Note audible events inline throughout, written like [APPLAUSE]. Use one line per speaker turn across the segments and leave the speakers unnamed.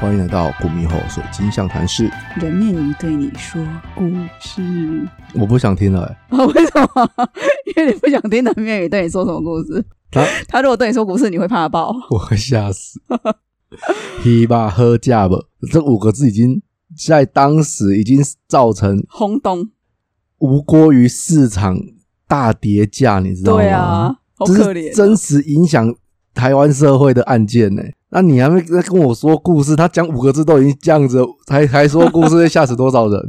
欢迎来到古猕猴水晶象谈室。
人面鱼对你说故事。 [LAUGHS]
我不想听了、欸，
哦，为什么？因为你不想听人面鱼对你说什么故事。 [LAUGHS]
他
他如果对你说故事，你会怕爆。
欸啊我会吓死。 [LAUGHS] 希巴喝架吧，这五个字已经在当时已经造成
轰动，
无锅于市场大跌价，你知道吗？
对啊，好
这
可
是
怜。
真实影响台湾社会的案件呢、欸那你还没在跟我说故事，他讲五个字都已经这样子了，还还说故事，会吓死多少人？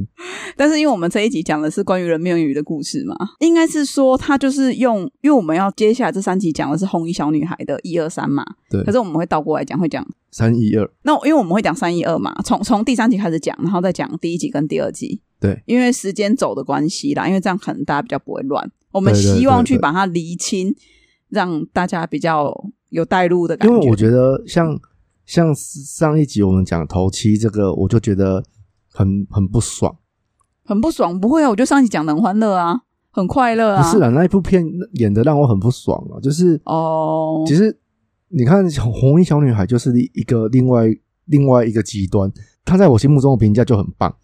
但是因为我们这一集讲的是关于人面鱼的故事嘛，应该是说他就是用，因为我们要接下来这三集讲的是红衣小女孩的一二三嘛， [LAUGHS]
对
可，是我们会倒过来讲，会讲
三一二，
那因为我们会讲三一二嘛，从从第三集开始讲，然后再讲第一集跟第二集。
对，
因为时间走的关系啦，因为这样可能大家比较不会乱。我们
对对
希望
对
去
对
把它厘清，让大家比较有带入的感
因
觉。
为我觉得像像上一集我们讲头七这个，我就觉得很很不爽。
很不爽，不会啊，我就上一集讲的很欢乐啊，很快乐啊。
不是啊，那一部片演的让我很不爽啊，就是
哦，
其实你看《红衣小女孩》就是一个另外另外一个极端，她在我心目中的评价就很棒。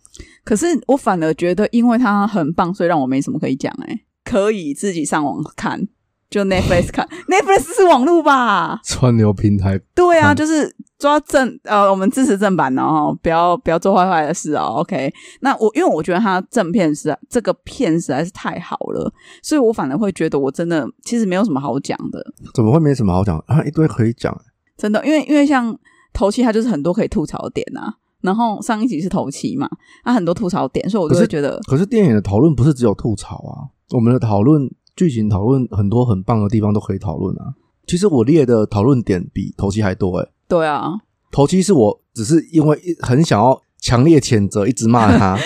可是我反而觉得，因为它很棒，所以让我没什么可以讲哎、可以自己上网看，就 Netflix 看 [LAUGHS] ，Netflix 是网路吧？
串流平台
对啊，
嗯
就是抓正呃，我们支持正版的哦，不要不要做坏坏的事哦。OK，那我因为我觉得它正片实在这个片实在是太好了，所以我反而会觉得我真的其实没有什么好讲的，
怎么会没什么好讲啊？一堆可以讲，
真的，因为因为像头七它就是很多可以吐槽的点啊，然后上一集是头七嘛，它很多吐槽点，所以我就
可
会
是
觉得
可是电影的讨论不是只有吐槽啊，我们的讨论、剧情讨论很多很棒的地方都可以讨论啊。其实我列的讨论点比头七还多欸诶、
对啊，
头七是我只是因为一很想要强烈谴责，一直骂他。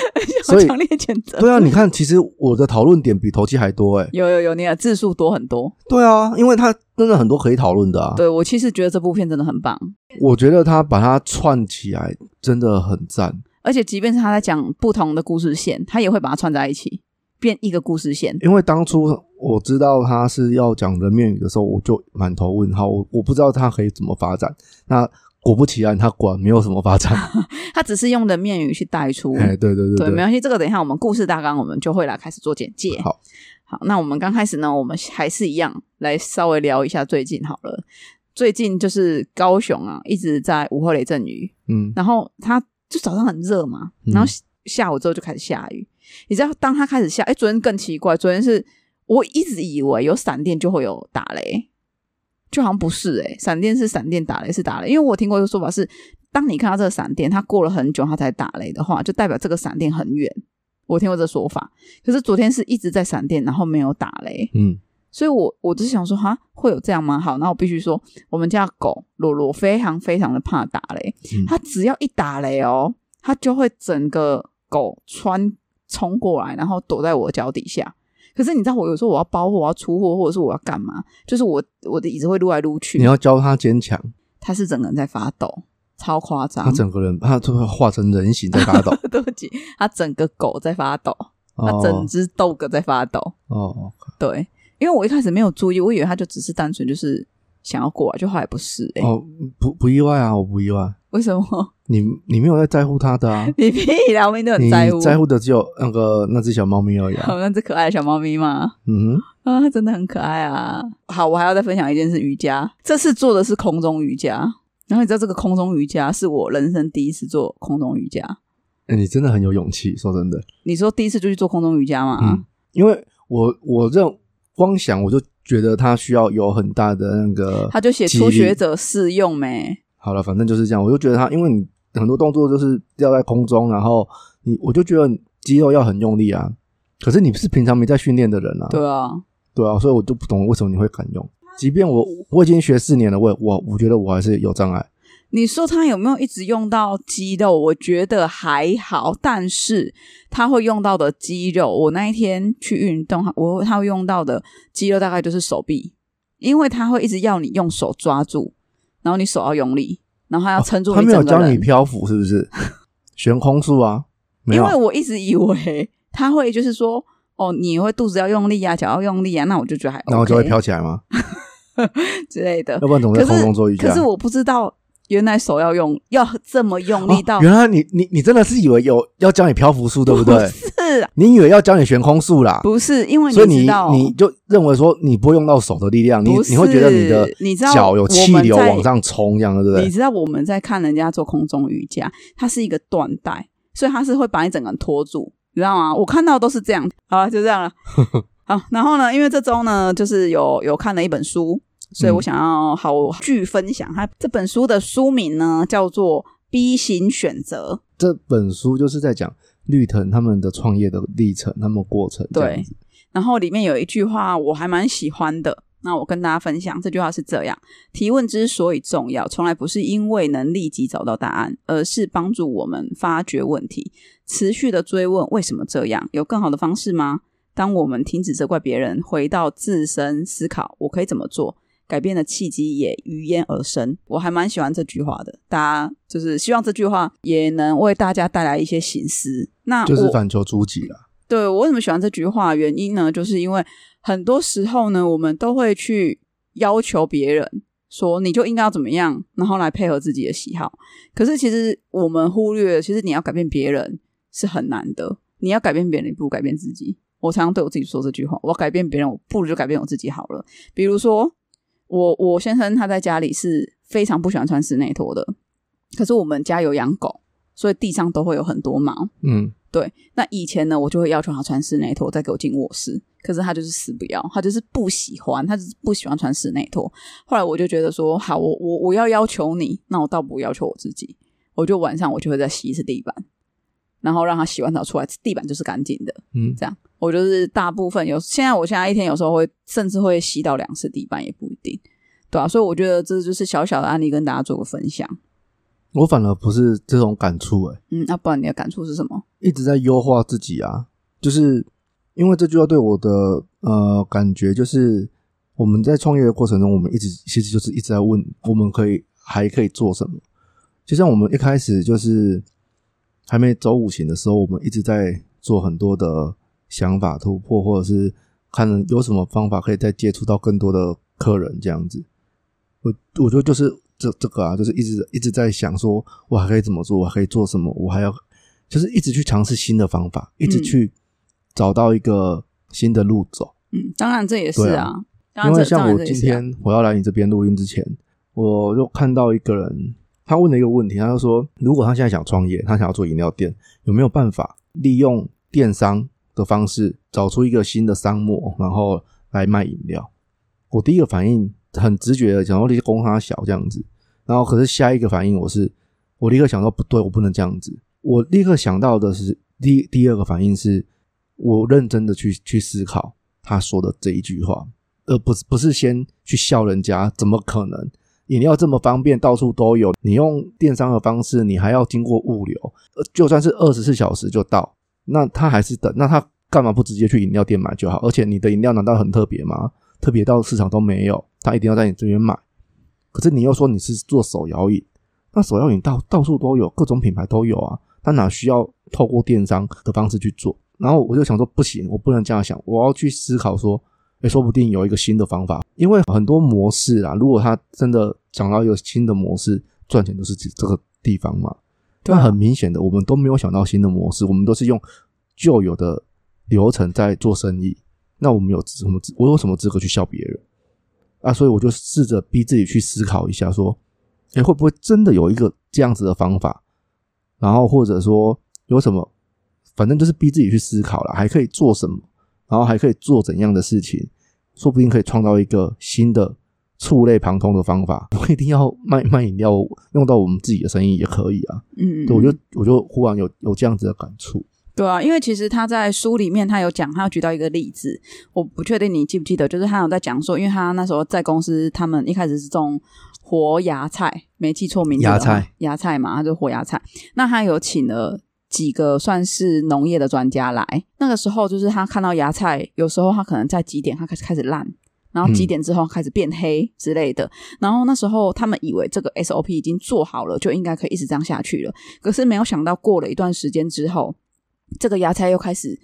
所以
[LAUGHS] 强烈谴责。
对啊，你看，其实我的讨论点比头七还多诶、欸
有有有，你的字数多很多。
对啊，因为他真的很多可以讨论的啊。
对我其实觉得这部片真的很棒，
我觉得他把它串起来真的很赞，
而且即便是他在讲不同的故事线，他也会把它串在一起，变一个故事线。
因为当初我知道他是要讲人面语的时候，我就满头问号，我我不知道他可以怎么发展。那果不其然，他果然没有什么发展。
他只是用人面语去带出。
哎，对对
对，没
对，
关系，这个等一下我们故事大纲我们就会来开始做简介。
好，
好，那我们刚开始呢，我们还是一样来稍微聊一下最近好了。最近就是高雄啊，一直在午后雷阵雨，
嗯，
然后它就早上很热嘛，
嗯
然后下下午之后就开始下雨。你知道，当它开始下，哎，昨天更奇怪，昨天是我一直以为有闪电就会有打雷，就好像不是哎、闪电是闪电，打雷是打雷。因为我听过一个说法是，当你看到这个闪电，它过了很久它才打雷的话，就代表这个闪电很远。我听过这说法，可是昨天是一直在闪电，然后没有打雷，
嗯，
所以我我只想说，哈，会有这样吗？好，那我必须说，我们家的狗罗罗非常非常的怕打雷
嗯，
它只要一打雷哦，它就会整个狗穿冲过来，然后躲在我脚底下。可是你知道，我有时候我要包货，我要出货，或者是我要干嘛，就是我我的椅子会撸来撸去
你，要教他坚强，
它是整个人在发抖，超夸张
他。整个人他就会化成人形在发抖。
[LAUGHS] 对不起，它整个狗在发抖，它整
哦
只豆哥在发抖。
哦，
对，因为我一开始没有注意，我以为它就只是单纯就是想要过来，就后来不是、欸。
哦，不不意外啊，我不意外。
为什么？，
你你没有在在乎他的啊
你屁啦！我们都 [LAUGHS] 很
你
在乎，
在乎的只有那个那只小猫咪而已、
我 [LAUGHS]
啊。
们那只可爱的小猫咪嘛。
嗯哼，
啊，它真的很可爱啊！好，我还要再分享一件事，瑜伽。这次做的是空中瑜伽，然后你知道这个空中瑜伽是我人生第一次做空中瑜伽。
哎你真的很有勇气，说真的。
你说第一次就去做空中瑜伽嘛？
嗯因为我我认光想我就觉得他需要有很大的那个，
他就写
激
初
励
学者适用没？
好了，反正就是这样，我就觉得他因为你很多动作就是吊在空中，然后你我就觉得你肌肉要很用力啊，可是你是平常没在训练的人啊，
对啊，
对啊，所以我就不懂为什么你会敢用，即便我我已经学四年了，我也我我觉得我还是有障碍，
你说他有没有一直用到肌肉？我觉得还好，但是他会用到的肌肉，我那一天去运动，我他会用到的肌肉大概就是手臂，因为他会一直要你用手抓住，然后你手要用力，然后他要撑啊住
他
你
没有
整个
教
人。
你漂浮是不
[LAUGHS]
是？悬空术啊，没
因
有
为，我一直以为他会就是说，哦，你会肚子要用力啊，脚要用力啊，那我就觉得还 OK
然后就会飘起来吗？
[LAUGHS] 之类的
要。不然怎么在
可
空中做瑜
是
伽
可是？我不知道原来手要用要这么用力到、
哦原来你你你真的是以为有要教你漂浮术，对不对？
是啊
你以为要教你悬空术啦，
不是因为
所以
知
你
道
你就认为说你不会用到手的力量，你
不是
你会觉得你的
你知道
脚有气流
我们在
往上冲，这样对不
你
对？
知道我们在看人家做空中瑜伽，它是一个缎带，所以它是会把你整个人拖住，你知道吗？我看到都是这样。好了，就这样
[LAUGHS]
了。好，然后呢，因为这周呢，就是有有看了一本书，所以我想要好剧分享。它这本书的书名呢叫做《B 型选择
这本书就是在讲绿藤他们的创业的历程，他们的过程。》，这样
对
子，。
然后里面有一句话我还蛮喜欢的，那我跟大家分享。这句话是这样：提问之所以重要，从来不是因为能立即找到答案，而是帮助我们发掘问题。持续的追问为什么这样，有更好的方式吗？当我们停止责怪别人，回到自身思考，我可以怎么做？改变的契机也于焉而生。我还蛮喜欢这句话的，大家就是希望这句话也能为大家带来一些醒思。那我
就是反求诸己啊啦。
对我为什么喜欢这句话？原因呢，就是因为很多时候呢，我们都会去要求别人说你就应该要怎么样，然后来配合自己的喜好。可是其实我们忽略了，其实你要改变别人是很难的。你要改变别人，你不如改变自己。我常常对我自己说这句话：我要改变别人，我不如就改变我自己好了。比如说，我我先生他在家里是非常不喜欢穿室内拖的，可是我们家有养狗，所以地上都会有很多毛。
嗯，
对，那以前呢，我就会要求他穿室内拖，再给我进卧室。可是他就是死不要，他就是不喜欢，他就是不喜欢穿室内拖。后来我就觉得说，好，我我我要要求你，那我倒不如要求我自己。我就晚上我就会再洗一次地板，然后让他洗完澡出来，地板就是干净的。
嗯
这样，我就是大部分有现在我现在一天有时候会甚至会洗到两次地板也不一定，对啊，所以我觉得这就是小小的案例跟大家做个分享。
我反而不是这种感触诶、
嗯，那、不然你的感触是什么？
一直在优化自己啊，就是因为这句话对我的呃感觉就是，我们在创业的过程中，我们一直其实就是一直在问我们可以还可以做什么。就像我们一开始就是还没走五行的时候，我们一直在做很多的想法突破，或者是看有什么方法可以再接触到更多的客人这样子。我我觉得就是这这个啊，就是一直一直在想说，我还可以怎么做，我还可以做什么，我还要就是一直去尝试新的方法，一直
嗯
去找到一个新的路走。
嗯，当然这也是
对啊
啊，当
因
然这
为像
当然
我
这也
今
是啊
天我要来你这边录音之前，我就看到一个人，他问了一个问题，他就说，如果他现在想创业，他想要做饮料店，有没有办法利用电商的方式找出一个新的商模，然后来卖饮料？我第一个反应很直觉的想说，你供他小这样子，然后可是下一个反应我是，我立刻想到不对，我不能这样子，我立刻想到的是第第二个反应是，我认真的去去思考他说的这一句话，而不是不是先去笑人家，怎么可能？饮料这么方便，到处都有，你用电商的方式，你还要经过物流，呃就算是二十四小时就到，那他还是等，那他干嘛不直接去饮料店买就好？而且你的饮料难道很特别吗？特别到市场都没有，他一定要在你这边买。可是你又说你是做手摇饮，那手摇饮到到处都有，各种品牌都有啊，他哪需要透过电商的方式去做？然后我就想说，不行，我不能这样想，我要去思考说，诶，说不定有一个新的方法，因为很多模式啊，如果他真的想到一个新的模式，赚钱就是这这个地方嘛。
对
但
啊
很明显的，我们都没有想到新的模式，我们都是用旧有的流程在做生意。那我们有什么资？我有什么资格去笑别人啊？所以我就试着逼自己去思考一下，说，诶，会不会真的有一个这样子的方法？然后或者说有什么，反正就是逼自己去思考了，还可以做什么，然后还可以做怎样的事情，说不定可以创造一个新的触类旁通的方法。 [LAUGHS] 不一定要卖卖饮料，用到我们自己的生意也可以啊。
嗯，
对，我就我就忽然有有这样子的感触。
对啊，因为其实他在书里面他有讲，他有举到一个例子，我不确定你记不记得，就是他有在讲说，因为他那时候在公司，他们一开始是种活芽菜，没记错名字的话
芽菜，
芽菜嘛，他就活芽菜。那他有请了几个算是农业的专家来，那个时候就是他看到芽菜，有时候他可能在几点他开始开始烂。然后几
嗯
点之后开始变黑之类的，然后那时候他们以为这个 SOP 已经做好了，就应该可以一直这样下去了。可是没有想到，过了一段时间之后，这个芽菜又开始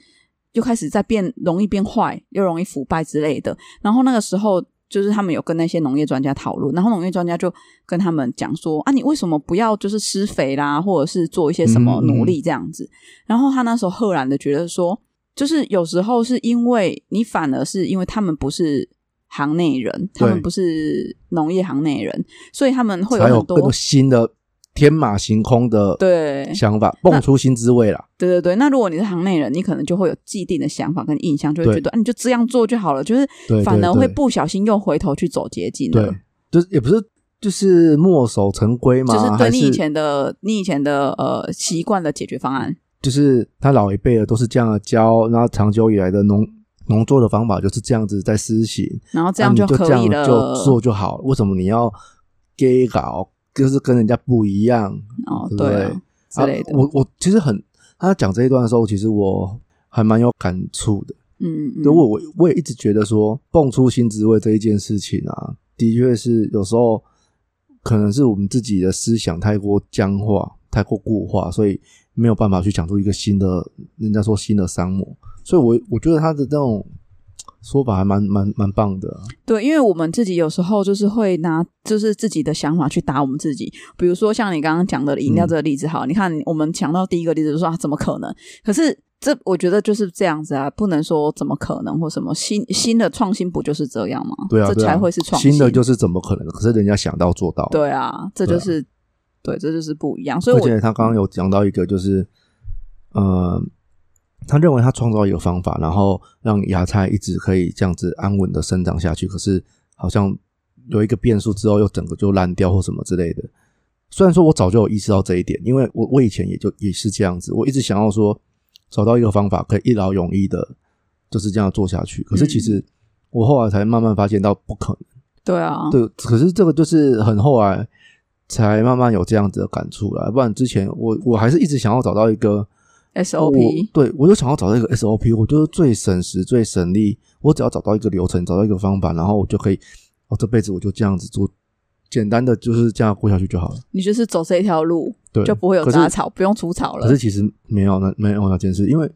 又开始在变，容易变坏，又容易腐败之类的。然后那个时候就是他们有跟那些农业专家讨论，然后农业专家就跟他们讲说啊，你为什么不要就是施肥啦，或者是做一些什
嗯
么努力这样子？然后他那时候赫然的觉得说，就是有时候是因为你反而是因为他们不是行内人，他们
对
不是农业行内人，所以他们会有
才有
很
更多新的天马行空的
对
想法，蹦出新滋味啦。
对对对，那如果你是行内人，你可能就会有既定的想法跟印象，就会
对
觉得、啊、你就这样做就好了，就是
对，
反
对
而会
对
不小心又回头去走捷径了
对，就是也不是就是墨守成规嘛，
就是对
还
你
是
以前的你以前的呃习惯的解决方案，
就是他老一辈的都是这样的教，然后长久以来的农农作的方法就是这样子在施行，
然后这
那
样
啊你就
可
这样
以了。
就做就好了。为什么你要 gay 搞，就是跟人家不一样
哦，
对不
对
对
啊之类的，
啊、我我其实很，他讲这一段的时候，其实我还蛮有感触的。
嗯，嗯
对，我我我也一直觉得说，蹦出新滋味这一件事情啊，的确是有时候可能是我们自己的思想太过僵化、太过固化，所以没有办法去讲出一个新的，人家说新的商模。所以我，我觉得他的这种说法还蛮蛮蛮棒的啊、
对，因为我们自己有时候就是会拿就是自己的想法去打我们自己，比如说像你刚刚讲的
嗯
饮料这个例子，好，你看我们想到第一个例子就说啊，怎么可能？可是这我觉得就是这样子啊，不能说怎么可能或什么新新的创新不就是这样吗？
对啊，
这
对
才
啊
会是创
新的，就是怎么可能？可是人家想到做到，
对啊，这
对
就
啊
是对，这就是不一样。所以
而
我
且他刚刚有讲到一个，就是呃，他认为他创造一个方法，然后让芽菜一直可以这样子安稳的生长下去，可是好像有一个变数之后，又整个就烂掉或什么之类的。虽然说我早就有意识到这一点，因为我我以前也就也是这样子，我一直想要说找到一个方法可以一劳永逸的，就是这样做下去。可
嗯
是其实我后来才慢慢发现到不可能。
对啊，
对，可是这个就是很后来才慢慢有这样子的感触啦，不然之前我我还是一直想要找到一个我
SOP
对我就想要找到一个 SOP，我觉得最省时、最省力。我只要找到一个流程，找到一个方法，然后我就可以，我、这辈子我就这样子做，简单的就是这样过下去就好了。
你就是走这一条路，
对，
就不会有
可是
杂草，不用除草
可
了
是。其实没有那没有那件事，因为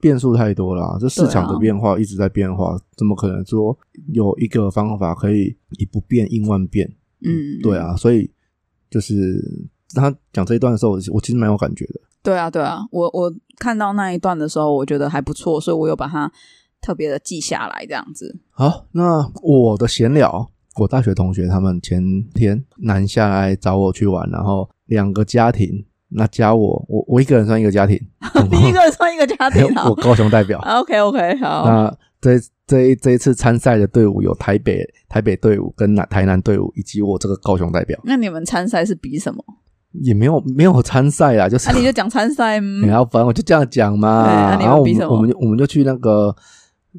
变数太多了啊、这市场
对啊
的变化一直在变化，怎么可能说有一个方法可以以不变应万变？
嗯，
对，啊，所以就是他讲这一段的时候，我我其实蛮有感觉的。
对啊，对啊，我我看到那一段的时候，我觉得还不错，所以我有把它特别的记下来，这样子。
好，那我的闲聊，我大学同学他们前天南下来找我去玩，然后两个家庭，那加我，我我一个人算一个家庭，
[LAUGHS] 第一个算一个家庭哦啊
哎 [LAUGHS] 我高雄代表。
，OK OK，好，
那这这一这一次参赛的队伍有台北台北队伍跟南台南队伍，以及我这个高雄代表，
那你们参赛是比什么？
也没有没有参赛啊，就是
那、你就讲参赛，嗯
然后反正我就这样讲嘛，
对啊你有
然后我
比
们
什么
我们就我们就去那个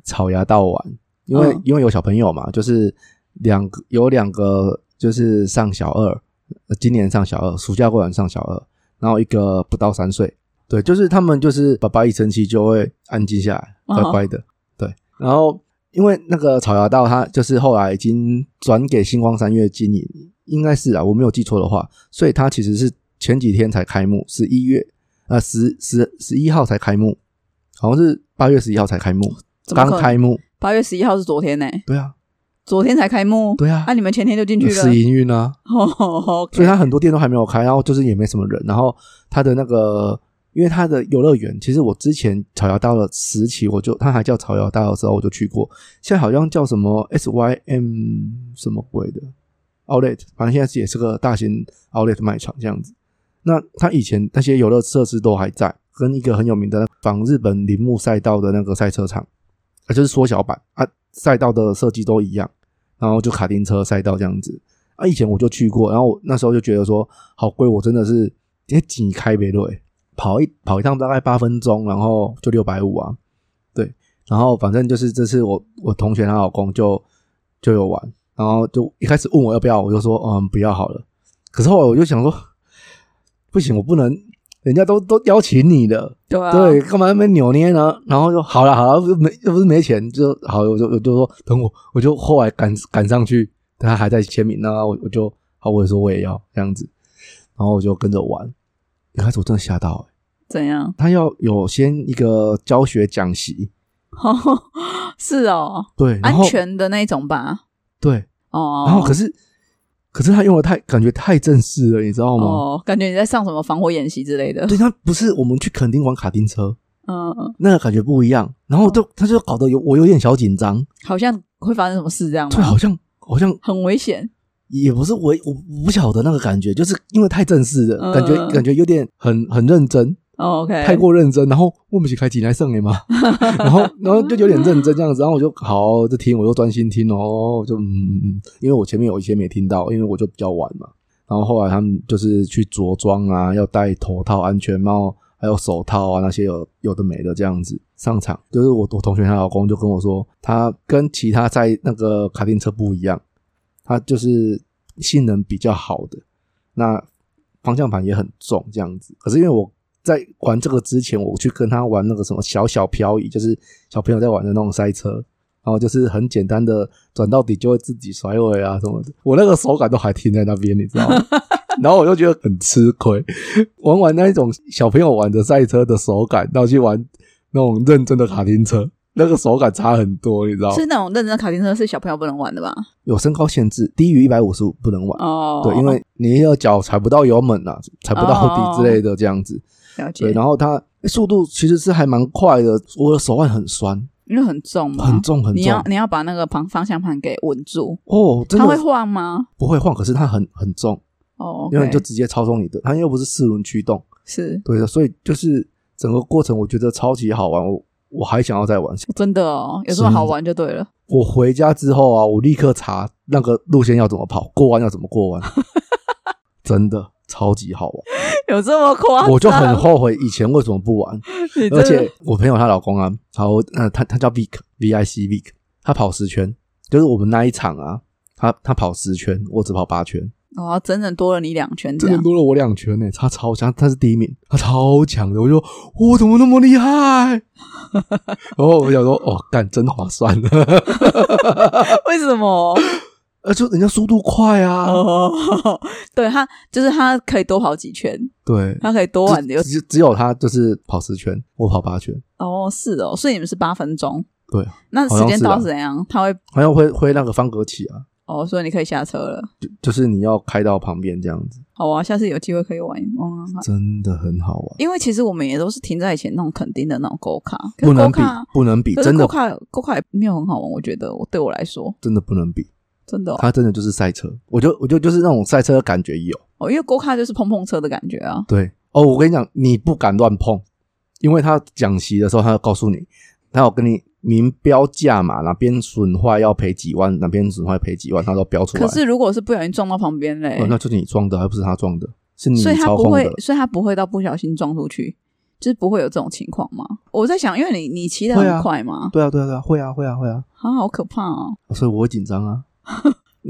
草芽道玩，因为、
嗯
因为有小朋友嘛，就是两个有两个就是上小二，呃今年上小二，暑假过完上小二，然后一个不到三岁，对，就是他们就是爸爸一生气就会安静下来，
嗯
乖乖的，对，然后因为那个草芽道它就是后来已经转给星光三月经营，应该是啊，我没有记错的话，所以它其实是前几天才开幕，十一月呃十十十一号才开幕，好像是八月十一号才开幕，
怎么
刚
可能？
开幕，
八月十一号是昨天呢、
对啊，
昨天才开幕。
对啊
啊，，你们前天就进去了。
试营运啊，
哦
所
，OK，
以它很多店都还没有开，然后就是也没什么人，然后它的那个，因为它的游乐园，其实我之前草摇到了时期，我就它还叫草摇大的时候我就去过，现在好像叫什么 SYM 什么鬼的 Outlet，反正现在也是个大型 Outlet 卖场这样子。那它以前那些游乐设施都还在，跟一个很有名的仿日本铃木赛道的那个赛车场，啊，就是缩小版啊，赛道的设计都一样，然后就卡丁车赛道这样子。啊，以前我就去过，然后我那时候就觉得说，好贵，我真的是也紧开别瑞，跑一跑一趟大概八分钟，然后就六百五啊，对，然后反正就是这次我我同学她老公就就有玩，然后就一开始问我要不要，我就说嗯不要好了，可是后来我就想说，不行，我不能，人家都都邀请你了，
对啊，
对，干嘛那边扭捏呢？然后就好了，好了，不是没又不是没钱，就好，我就我就说等我，我就后来赶赶上去，他还在签名呢，啊我我就好，我也说我也要这样子，然后我就跟着玩。一开始我真的吓到、欸，
怎样？
他要有先一个教学讲习，
是哦，哦
对，然
安
后
全的那一种吧。
对，
哦，
然后可是可是他用的太感觉太正式了，你知道吗？
哦，感觉你在上什么防火演习之类的，
对，他不是我们去垦丁玩卡丁车
嗯，嗯，
那个感觉不一样，然后就
哦
他就搞得有我有点小紧张，
好像会发生什么事这样
对，好
吗？
像好像
很危险，
也不是我我我不晓得那个感觉，就是因为太正式了，
嗯
感觉感觉有点很很认真，
哦，OK，
太过认真，然后我们一起开几来上来嘛，然后然后就有点认真这样子，然后我就好就听，我就专心听哦，我就嗯嗯嗯，因为我前面有一些没听到，因为我就比较晚嘛，然后后来他们就是去着装啊，要戴头套、安全帽，还有手套啊那些有有的没的这样子上场，就是我我同学她老公就跟我说，他跟其他在那个卡丁车不一样，他就是性能比较好的，那方向盘也很重这样子。可是因为我在玩这个之前，我去跟他玩那个什么小小漂移，就是小朋友在玩的那种赛车，然后就是很简单的转到底就会自己甩尾啊什么的，我那个手感都还停在那边，你知道吗？ [LAUGHS] 然后我就觉得很吃亏，玩玩那一种小朋友玩的赛车的手感，然后去玩那种认真的卡丁车，那个手感差很多，你知道吗？
是那种认真的卡丁车是小朋友不能玩的吧？
有身高限制，低于一百五十五不能玩。
哦，
对，因为你要脚踩不到油门呐、啊，踩不到底之类的这样子。
了哦解
对，，然后它欸速度其实是还蛮快的，我的手腕很酸，
因为很重嘛，
很重很
嗯你
重
要。你要把那个方方向盘给稳住，
哦，真
它会
的
晃吗？
不会晃，可是它很很重，
哦
因为
，OK，
你就直接操纵你的，它又不是四轮驱动，
是
对的，所以就是整个过程我觉得超级好玩，我我还想要再玩。
真的哦，有这么好玩就对了。
我回家之后啊，我立刻查那个路线要怎么跑，过弯要怎么
[LAUGHS]
过弯，真的超级好玩。
有这么夸张？
我就很后悔以前为什么不玩，
你真
而
的
且我朋友她老公啊，好，呃，他他叫 Vic V I C Vic，他跑十圈，就是我们那一场啊，他他跑十圈，我只跑八圈，
哦，整整多了你两圈这
真的
样，
多了我两圈呢、他超强，他是第一名，他超强的，我就我怎么那么厉害？ [LAUGHS] 然后我想说，哦，干真划算呢，
为什么？
[LAUGHS] 呃，就人家速度快啊，
哦， [LAUGHS] 对他就是他可以多跑几圈，
对，
他可以多玩的有
只只有他就是跑十圈，我跑八圈，
哦，是哦，所以你们是八分钟，
对，
那
好
时
像
间
是啊
到是怎样？他会
好像会会那个方格起啊，
哦，所以你可以下车了。
就就是你要开到旁边这样子，
好啊，下次有机会可以玩一玩玩看。
真的很好玩。
因为其实我们也都是停在以前那种垦丁的那种狗卡，可
不
是
能
狗
比
卡，，
不能比，
可是
真的
狗卡狗卡也没有很好玩，我觉得我对我来说
真的不能比，
真的哦
它真的就是赛车，我就我就就是那种赛车的感觉有。
哦，因为狗卡就是碰碰车的感觉啊。
对哦，我跟你讲，你不敢乱碰，因为他讲习的时候，他要告诉你，他要跟你明标价嘛，哪边损坏要赔几万，哪边损坏赔几万，他都标出来。
可是如果是不小心撞到旁边嘞
哦，，那就是你撞的，还不是他撞的，是你
所以他
操
不
控
会
的。，
所以他不会到不小心撞出去，就是不会有这种情况吗？我在想，因为你你骑得
会啊
很快嘛，
对啊，对啊，对啊，会啊，会啊，会啊，
啊，好可怕哦！
所以我会紧张啊。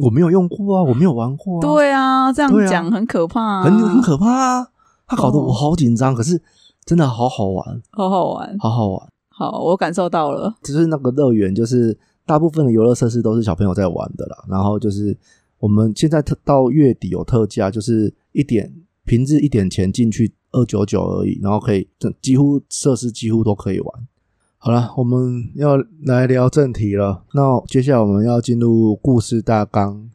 我没有用过啊，我没有玩过啊。
对啊，这样
对啊
讲很可怕、啊，
很很可怕啊！他搞得我
哦
好紧张，可是真的好好玩，
好好玩。
好好玩。
好，我感受到了，
就是那个乐园，就是大部分的游乐设施都是小朋友在玩的啦。然后就是我们现在特到月底有特价，就是一点平日一点钱进去二九九而已，然后可以这几乎设施几乎都可以玩。好了，我们要来聊正题了。那接下来我们要进入故事大纲。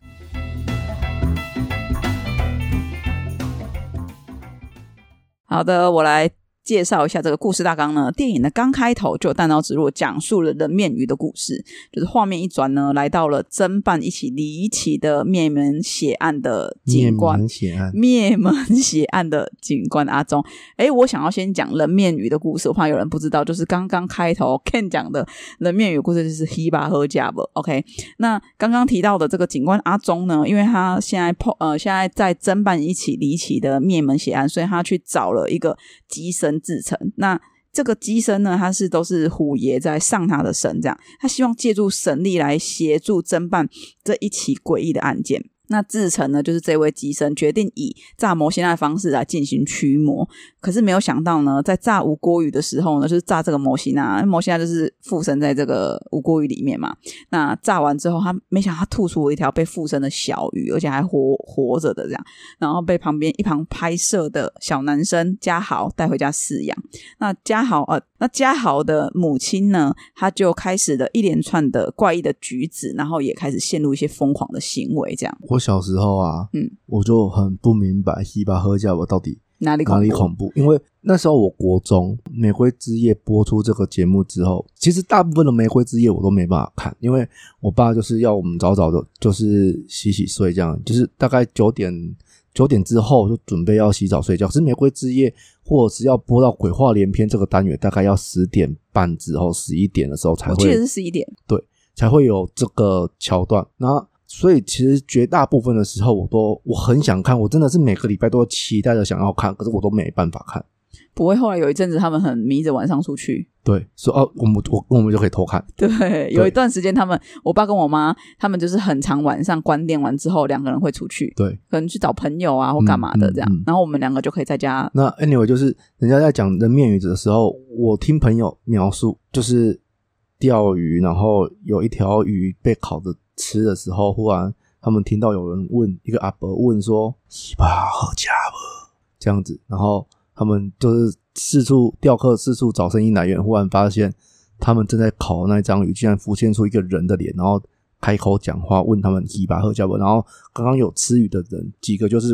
好的，我来介绍一下这个故事大纲呢。电影的刚开头就有弹刀直入，讲述了人面鱼的故事，就是画面一转呢，来到了侦办一起离奇的灭门血案的
灭
警官
门。血案，
灭门血案的警官阿忠，诶，我想要先讲人面鱼的故事，我怕有人不知道，就是刚刚开头 Ken 讲的人面鱼故事就是黑吧喝假吧，OK？那刚刚提到的这个警官阿忠呢，因为他现在碰呃现在在侦办一起离奇的灭门血案，所以他去找了一个机身制成那。这个机身呢，他是都是虎爷在上他的身，这样他希望借助神力来协助侦办这一起诡异的案件。那志成呢，就是这位机身决定以炸摩西娜的方式来进行驱魔，可是没有想到呢，在炸无锅鱼的时候呢，就是炸这个啊摩西娜，摩西娜就是附身在这个无锅鱼里面嘛。那炸完之后，他没想到他吐出了一条被附身的小鱼，而且还活活着的这样，然后被旁边一旁拍摄的小男生嘉豪带回家饲养。那嘉豪呃，那嘉豪的母亲呢，她就开始了一连串的怪异的举止，然后也开始陷入一些疯狂的行为，这样
我小时候啊，
嗯，
我就很不明白西巴喝下我到底
哪里恐
哪
怖？
里恐怖，因为那时候我国中《玫瑰之夜》播出这个节目之后，其实大部分的《玫瑰之夜》我都没办法看，因为我爸就是要我们早早的，就是洗洗睡，这样就是大概九点九点之后就准备要洗澡睡觉。可是《玫瑰之夜》或者是要播到鬼话连篇这个单元，大概要十点半之后、十一点的时候才
我记得
会
是十一点，
才会有这个桥段。那所以其实绝大部分的时候，我都我很想看，我真的是每个礼拜都期待着想要看，可是我都没办法看。
不会后来有一阵子他们很迷着晚上出去， [LAUGHS]
对，说哦，我们我我们就可以偷看，
对，有一段时间他们我爸跟我妈他们就是很常晚上关店完之后，两个人会出去，
对。
可能去找朋友啊或干嘛的
嗯嗯
这样，
嗯
然后我们两个就可以在家。
那 anyway，就是人家在讲人面鱼的时候，我听朋友描述，就是钓鱼，然后有一条鱼被烤着吃的时候，忽然他们听到有人问一个阿伯问说：“西巴好家不？”这样子，然后他们就是四处钓客，四处找声音来源，忽然发现他们正在烤的那张鱼，竟然浮现出一个人的脸，然后开口讲话，问他们提拔喝加不？然后刚刚有吃鱼的人几个就是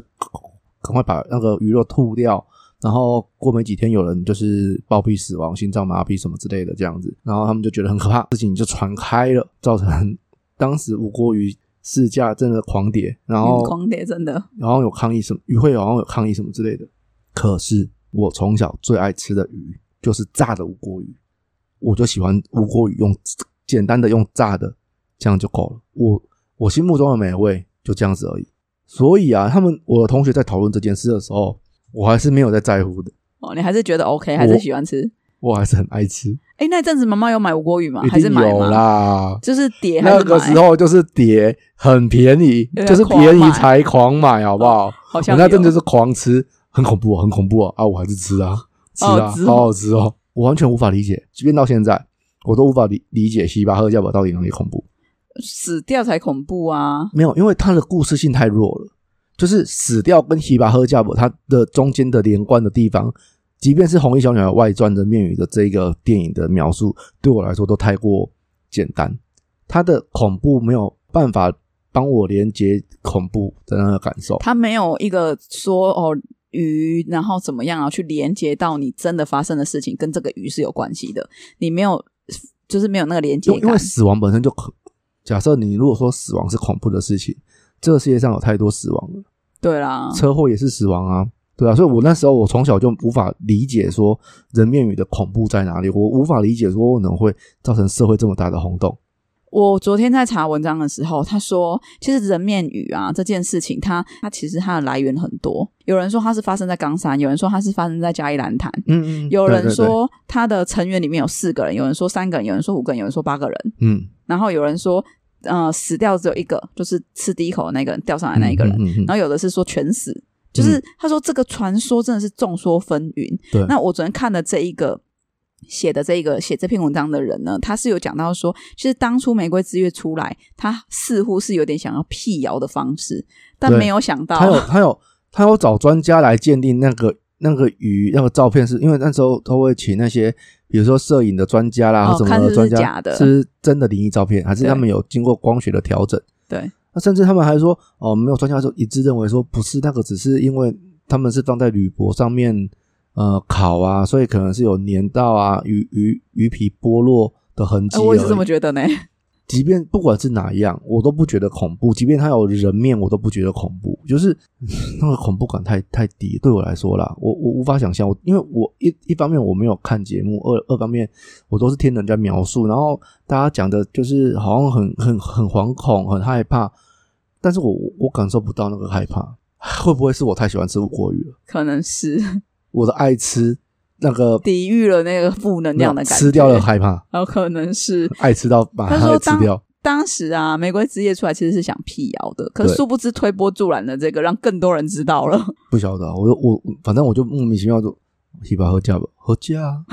赶快把那个鱼肉吐掉，然后过没几天有人就是暴毙死亡、心脏麻痹什么之类的这样子，然后他们就觉得很可怕，事情就传开了，造成当时无锅鱼市价真的狂跌，然后
嗯狂跌真的，
然后有抗议什么，鱼会好像有抗议什么之类的。可是我从小最爱吃的鱼就是炸的无锅鱼，我就喜欢无锅鱼用简单的用炸的，这样就够了。我我心目中的美味就这样子而已。所以啊，他们我的同学在讨论这件事的时候，我还是没有在在乎的，
哦，你还是觉得 OK，还是喜欢吃？
我还是很爱吃，
哎，那阵子妈妈有买无锅鱼吗？啊还
一
是
定
买
有
吗？
啦。
就是叠还
那
是买？
个时候就是碟很便宜
对，啊
就是
狂
便宜
买
才狂买，好不好？
好
我
像
那阵
有
就是狂吃，很恐怖、哦，很恐怖哦、啊！我还是吃啊，吃啊，
哦吃哦
好好吃哦！我完全无法理解，即便到现在，我都无法理理解西巴赫教堡到底哪里恐怖。
死掉才恐怖啊！
没有，因为它的故事性太弱了，就是死掉跟西巴赫教堡它的中间的连贯的地方，即便是《红衣小女孩外传》的面语的这一个电影的描述，对我来说都太过简单，它的恐怖没有办法帮我连接恐怖的那个感受。
他没有一个说哦鱼，然后怎么样啊，去连接到你真的发生的事情跟这个鱼是有关系的，你没有就是没有那个连接
因为因
感
为。死亡本身就可，假设你如果说死亡是恐怖的事情，这个世界上有太多死亡了，
对啦，
车祸也是死亡啊，对啊，所以我那时候我从小就无法理解说人面鱼的恐怖在哪里，我无法理解说为什么会造成社会这么大的轰动。
我昨天在查文章的时候，他说，其实人面鱼啊这件事情它，它其实它的来源很多。有人说它是发生在冈山，有人说它是发生在嘉义兰潭，
嗯嗯
有人，说它的成员里面有四个人，有人说三个人，有人说五个人，有人说八个人。
对对嗯，
然后有人说，呃，死掉只有一个，就是吃第一口的那个人掉上来那一个人。
嗯嗯嗯嗯
然后有的是说全死，就是他说这个传说真的是众说纷纭。
嗯对
那我昨天看的这一个。写的这一个写这篇文章的人呢，他是有讲到说，其实当初《玫瑰之月》出来，他似乎是有点想要辟谣的方式，但
对
没有想到呃
他有他
[LAUGHS]
有他有找专家来鉴定那个那个鱼那个照片是，因为那时候都会请那些比如说摄影的专家啦，
哦
或什么
看是不
的
是
专家，
假的
是不是真的灵异照片，还是
对
他们有经过光学的调整？
对。
那甚至他们还说，哦，没有专家说一致认为说不是那个，只是因为他们是放在铝箔上面呃烤啊，所以可能是有粘到啊鱼鱼鱼皮剥落的痕迹
哎、
而已。
我也是这么觉得呢。
即便不管是哪一样，我都不觉得恐怖。即便它有人面，我都不觉得恐怖，就是 [LAUGHS] 那个恐怖感太太低，对我来说啦，我我无法想象。我因为我一一方面我没有看节目，二二方面我都是听人家描述，然后大家讲的就是好像很很很惶恐、很害怕，但是我我我感受不到那个害怕。 [LAUGHS] 会不会是我太喜欢吃火鱼了？
可能是 [LAUGHS]
我的爱吃那个
抵御了那个负能量的感觉，哦
吃掉了害怕，
然后可能是
爱吃到把
他
它
说
给吃
当
掉。
当时啊，玫瑰之夜出来其实是想辟谣的，可
对
殊不知推波助澜的这个让更多人知道了。
不晓得啊，我就我反正我就莫名其妙就去吧，喝价吧，喝价
[LAUGHS]
啊。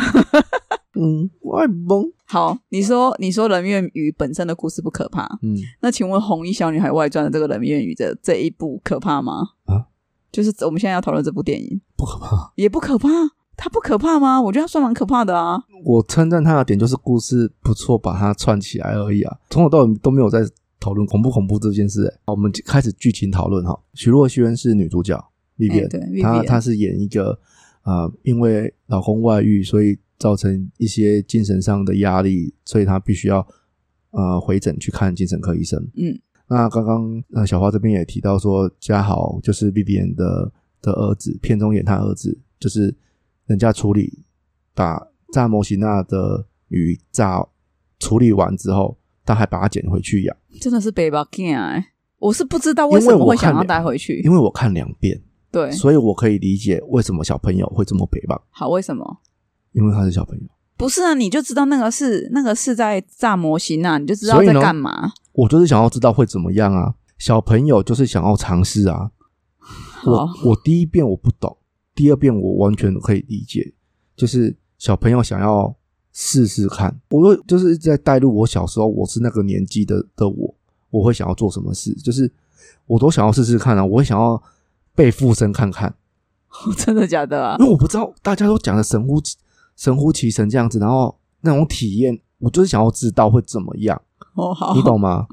嗯，我爱懵。
好，你说你说人面鱼本身的故事不可怕，
嗯，
那请问《红衣小女孩外传》的这个人面鱼的这一部可怕吗？
啊，
就是我们现在要讨论这部电影，
不可怕。
也不可怕，它不可怕吗？我觉得它算蛮可怕的啊。
我称赞他的点就是故事不错，把它串起来而已啊。从头到尾都没有在讨论恐不恐怖这件事、欸。好，我们开始剧情讨论哈。徐若瑄是女主角
哎
，Vivian，、
对
她
Vivian
她是演一个啊、呃因为老公外遇，所以造成一些精神上的压力，所以她必须要呃回诊去看精神科医生。
嗯，
那刚刚呃小花这边也提到说，嘉豪就是 Vivian 的的儿子，片中演他儿子，就是人家处理把炸摩西娜的鱼炸处理完之后，他还把它捡回去养，
真的是北巴 k 哎，我是不知道为什
因为
么
我
会想要
看了
带回去
因。为我看两遍，
对，
所以我可以理解为什么小朋友会这么陪伴，
好，为什么？
因为他是小朋友。
不是啊，你就知道那个是那个是在炸模型啊，你就知道
所以
在
呢
干嘛。 [LAUGHS]
我就是想要知道会怎么样啊！小朋友就是想要尝试啊。我
好
我第一遍我不懂，第二遍我完全可以理解，就是小朋友想要试试看。我就就是在带入我小时候，我是那个年纪的的我，我会想要做什么事，就是我都想要试试看啊，我会想要被附身看看，
真的假的啊
因？为我不知道大家都讲的神乎其神乎其神这样子，然后那种体验，我就是想要知道会怎么样，
哦，好
你，懂吗？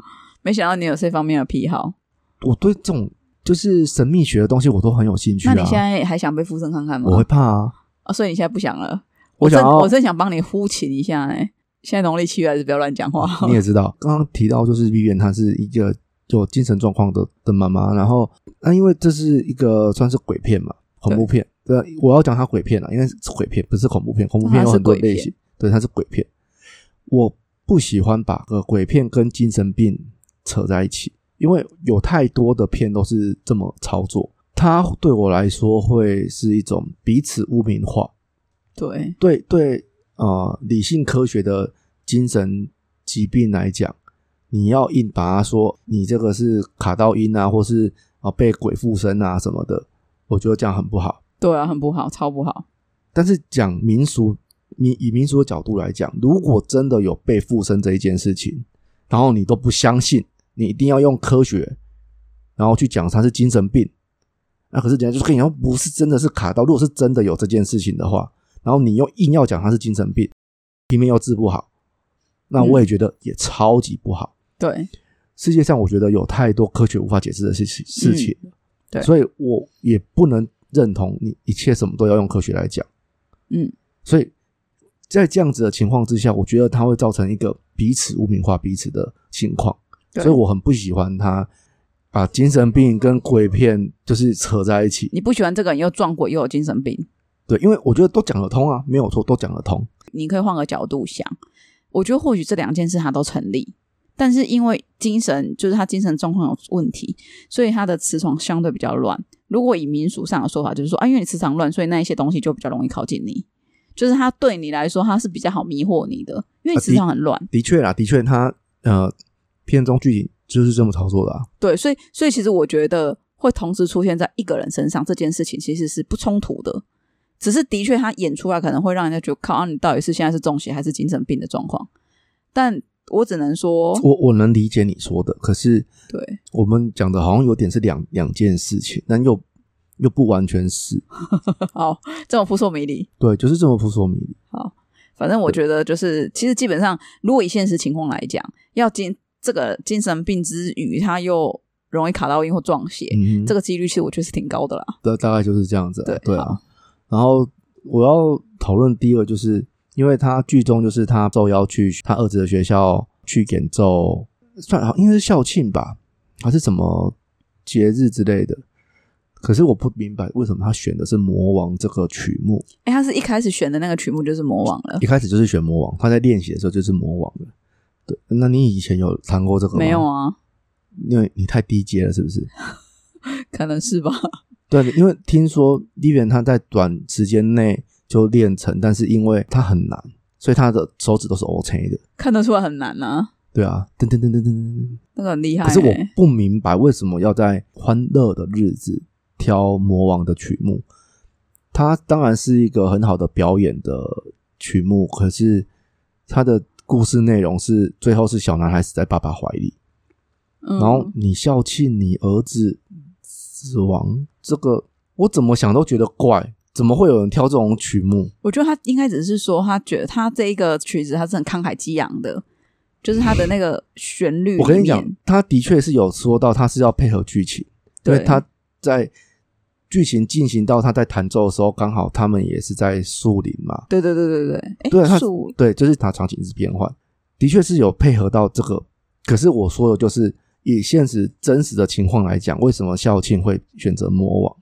没想到你有这方面的癖好。
我对这种就是神秘学的东西我都很有兴趣啊。
那你现在还想被附身看看吗？
我会怕啊，
[LAUGHS] 啊，所以你现在不想了。
我
真
想要
我真想帮你呼请一下呢。现在农历七月还是不要乱讲话。哦
你也知道，刚刚提到就是 Vivian，她是一个有精神状况的的妈妈，然后那、因为这是一个算是鬼片嘛，恐怖片，对啊，我要讲它鬼片了，应该是鬼片，不是恐怖片，恐怖片有很多类型，对，它是鬼片。我不喜欢把呃鬼片跟精神病扯在一起，因为有太多的片都是这么操作，它对我来说会是一种彼此污名化。
[LAUGHS] 对，
对对，呃，理性科学的精神疾病来讲，你要硬把它说你这个是卡到音啊，或是啊、呃被鬼附身啊什么的，我觉得这样很不好。
对啊，很不好，超不好。
但是讲民俗，民以民俗的角度来讲，如果真的有被附身这一件事情，然后你都不相信，你一定要用科学，然后去讲它是精神病。那可是人家就跟你说哎不是真的是卡到，如果是真的有这件事情的话，然后你又硬要讲它是精神病，里面又治不好，那我也觉得也超级不好。
对，
世界上我觉得有太多科学无法解释的事情事情，
嗯对
所以我也不能认同你一切什么都要用科学来讲，
嗯，
所以在这样子的情况之下，我觉得它会造成一个彼此污名化彼此的情况，
对
所以我很不喜欢他把精神病跟鬼片就是扯在一起，
你不喜欢这个人又撞鬼又有精神病，
对，因为我觉得都讲得通啊，没有错，都讲得通，
你可以换个角度想。我觉得或许这两件事它都成立，但是因为精神就是他精神状况有问题，所以他的磁场相对比较乱。如果以民俗上的说法，就是说啊，因为你磁场乱，所以那一些东西就比较容易靠近你。就是他对你来说，他是比较好迷惑你的，因为
啊
你磁场很乱。
的确啦，的确他呃片中剧情就是这么操作的啊，
对，所以所以其实我觉得会同时出现在一个人身上这件事情其实是不冲突的，只是的确他演出来可能会让人家觉得靠、啊，你到底是现在是中邪还是精神病的状况？但我只能说，
我我能理解你说的，可是
对 [LAUGHS]
我们讲的好像有点是两两件事情，但又又不完全是，
好，这种扑朔迷离。
对，就是这么扑朔迷离。
反正我觉得就是，其实基本上，如果以现实情况来讲，要精这个精神病之余，他又容易卡到音或撞邪，
嗯哼，
这个几率其实我觉得是挺高的啦。
大大概就是这样子啊、
对
啊。然后我要讨论第一个，就是因为他剧中就是他受邀去他儿子的学校去演奏，算好应该是校庆吧，还是什么节日之类的。可是我不明白为什么他选的是《魔王》这个曲目，
哎，他是一开始选的那个曲目就是魔王了
一，开始就是选《魔王》，他在练习的时候就是《魔王》的。对，那你以前有弹过这个吗？
没有啊？
因为你太低阶了，是不是？
可能是吧。
对，因为听说 Livian 他在短时间内就练成，但是因为他很难，所以他的手指都是 OK 的。
看得出来很难呐、
对啊，噔噔噔噔噔噔。
那个很厉害、
可是
欸。
我不明白为什么要在欢乐的日子挑魔王的曲目。它当然是一个很好的表演的曲目，可是它的故事内容是最后是小男孩死在爸爸怀里，
嗯，
然后你孝敬你儿子死亡，这个我怎么想都觉得怪，怎么会有人挑这种曲目？
我觉得他应该只是说，他觉得他这一个曲子他是很慷慨激昂的，就是他的那个旋律。
我跟你讲，，他的确是有说到他是要配合剧情，因
对
为他在剧情进行到他在弹奏的时候，刚好他们也是在树林嘛，
对对对对对，哎，
对他
树
对，就是他场景一直变换，的确是有配合到这个。可是我说的就是以现实真实的情况来讲，为什么校庆会选择魔王？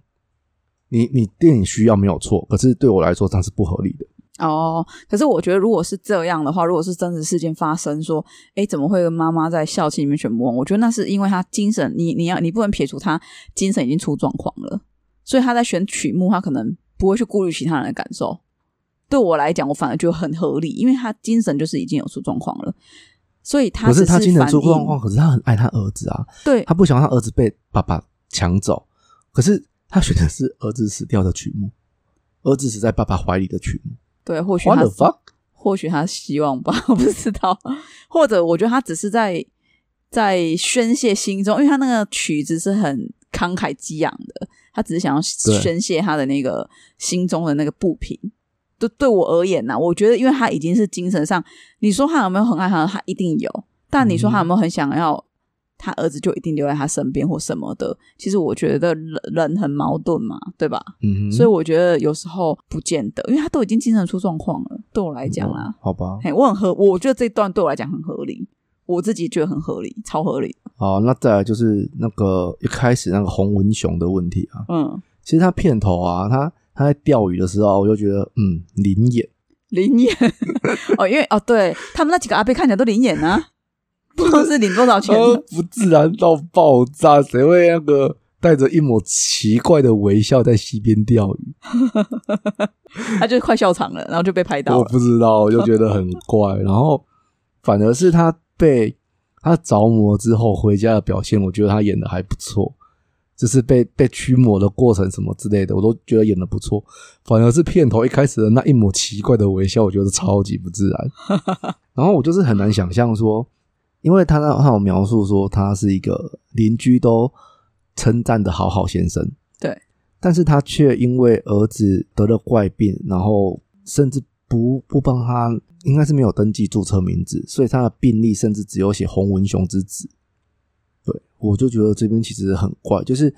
你你电影需要没有错，可是对我来说它是不合理的。
哦。可是我觉得，如果是这样的话，如果是真实事件发生，说，哎，怎么会跟妈妈在校庆里面选魔王？我觉得那是因为他精神，你你要你不能撇除他精神已经出状况了，所以他在选曲目，他可能不会去顾虑其他人的感受。对我来讲，我反而觉得很合理，因为他精神就是已经有出状况了，所以他
可
只
是他精神
反
出状
映
况，可是他很爱他儿子啊，
对
他不想让他儿子被爸爸抢走。可是他选的是儿子死掉的曲目，儿子死在爸爸怀里的曲目。
对，或许
What
他
the fuck？
或许他希望吧，我不知道。或者我觉得他只是在在宣泄心中，因为他那个曲子是很慷慨激昂的，他只是想要
对
宣泄他的那个心中的那个不平。对对我而言呐、我觉得因为他已经是精神上，你说他有没有很爱他，他一定有；但你说他有没有很想要他儿子就一定留在他身边或什么的，其实我觉得人人很矛盾嘛，对吧？
嗯哼，
所以我觉得有时候不见得，因为他都已经精神出状况了。对我来讲啦
嗯，好吧，
嘿，我很合，我觉得这段对我来讲很合理，我自己觉得很合理，超合理的。
好，哦那再来就是那个一开始那个洪文雄的问题啊。
嗯，
其实他片头啊，他他在钓鱼的时候，我就觉得嗯，灵眼
灵眼 [LAUGHS] 哦，因为哦，对他们那几个阿贝看起来都灵眼啊，不知道是领多少钱
呃
的。
不自然到爆炸，谁会那个带着一抹奇怪的微笑在溪边钓鱼？
啊他就快笑场了，然后就被拍到
我
了。
不知道，我就觉得很怪。然后反而是他被他着魔之后回家的表现，我觉得他演的还不错，就是被被驱魔的过程什么之类的，我都觉得演的不错。反而是片头一开始的那一抹奇怪的微笑，我觉得超级不自
[LAUGHS]
然。然后我就是很难想象说，因为他那他有描述说他是一个邻居都称赞的好好先生，
对，
但是他却因为儿子得了怪病，然后甚至不不帮他，应该是没有登记注册名字，所以他的病历甚至只有写洪文雄之子。对，我就觉得这边其实很怪，就是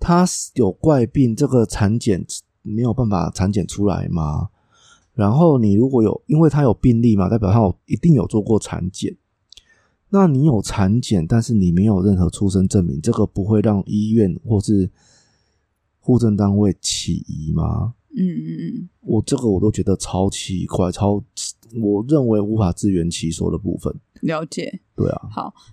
他有怪病，这个产检没有办法产检出来吗？然后你如果有，因为他有病历嘛，代表他有一定有做过产检。那你有产检，但是你没有任何出生证明，这个不会让医院或是户政单位起疑吗？
嗯嗯
我这个我都觉得超奇怪，超我认为无法自圆其说的部分。
嗯，了解。
对啊，